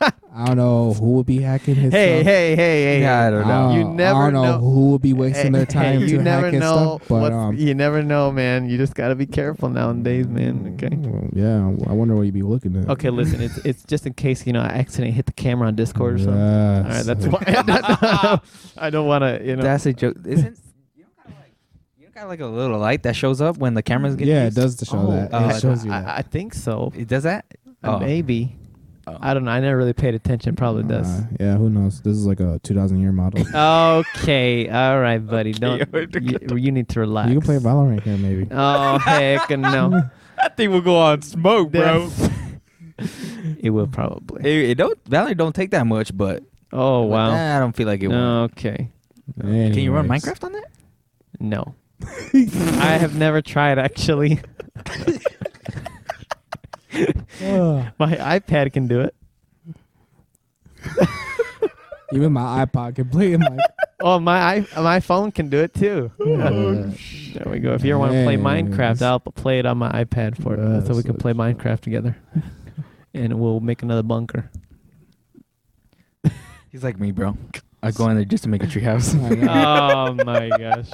I don't know who would be hacking his
Hey,
stuff.
hey, hey, hey! um,
Yeah, I
I
don't
don't
know.
know.
You never
I don't know,
know.
who would be wasting their time
you
to
never
hack his
know
stuff. But
what's-
um,
you never know, man. You just gotta be careful nowadays, man. Okay.
Mm, well, yeah, I wonder what you'd be looking at.
Okay, listen. It's it's just in case you know I accidentally hit the camera on Discord or something. All right,
Yes.
that's why I don't want to. You know.
That's a joke. Isn't you don't got like you don't got like a little light that shows up when the camera's getting
Yeah, it
used?
does to show
Oh,
that.
uh,
it shows you
I,
that.
I think so.
It does that.
Uh, Maybe.
Oh.
I don't know. I never really paid attention. Probably does.
Uh, yeah, who knows? This is like a 2000 year model.
Okay. All right, buddy.
we're
don't. You, you need to relax.
you can play Valorant here, maybe.
Oh heck no.
that thing will go on smoke,
it will probably.
It, it don't Valerie don't take that much, but
Oh
but
wow.
I don't feel like it. will.
Okay.
Can you run
Anyways.
Minecraft on that?
No. I have never tried actually.
Ugh.
My iPad can do it.
Even my iPod can play in my.
Oh, my i- my phone can do it too.
Ugh.
There we go. If you want to play Minecraft,
Nice.
I'll play it on my iPad for
Nice,
so we can play
nice.
Minecraft together. and we'll make another bunker.
He's like me, bro. I go in there just to make a treehouse.
I know.
oh my gosh.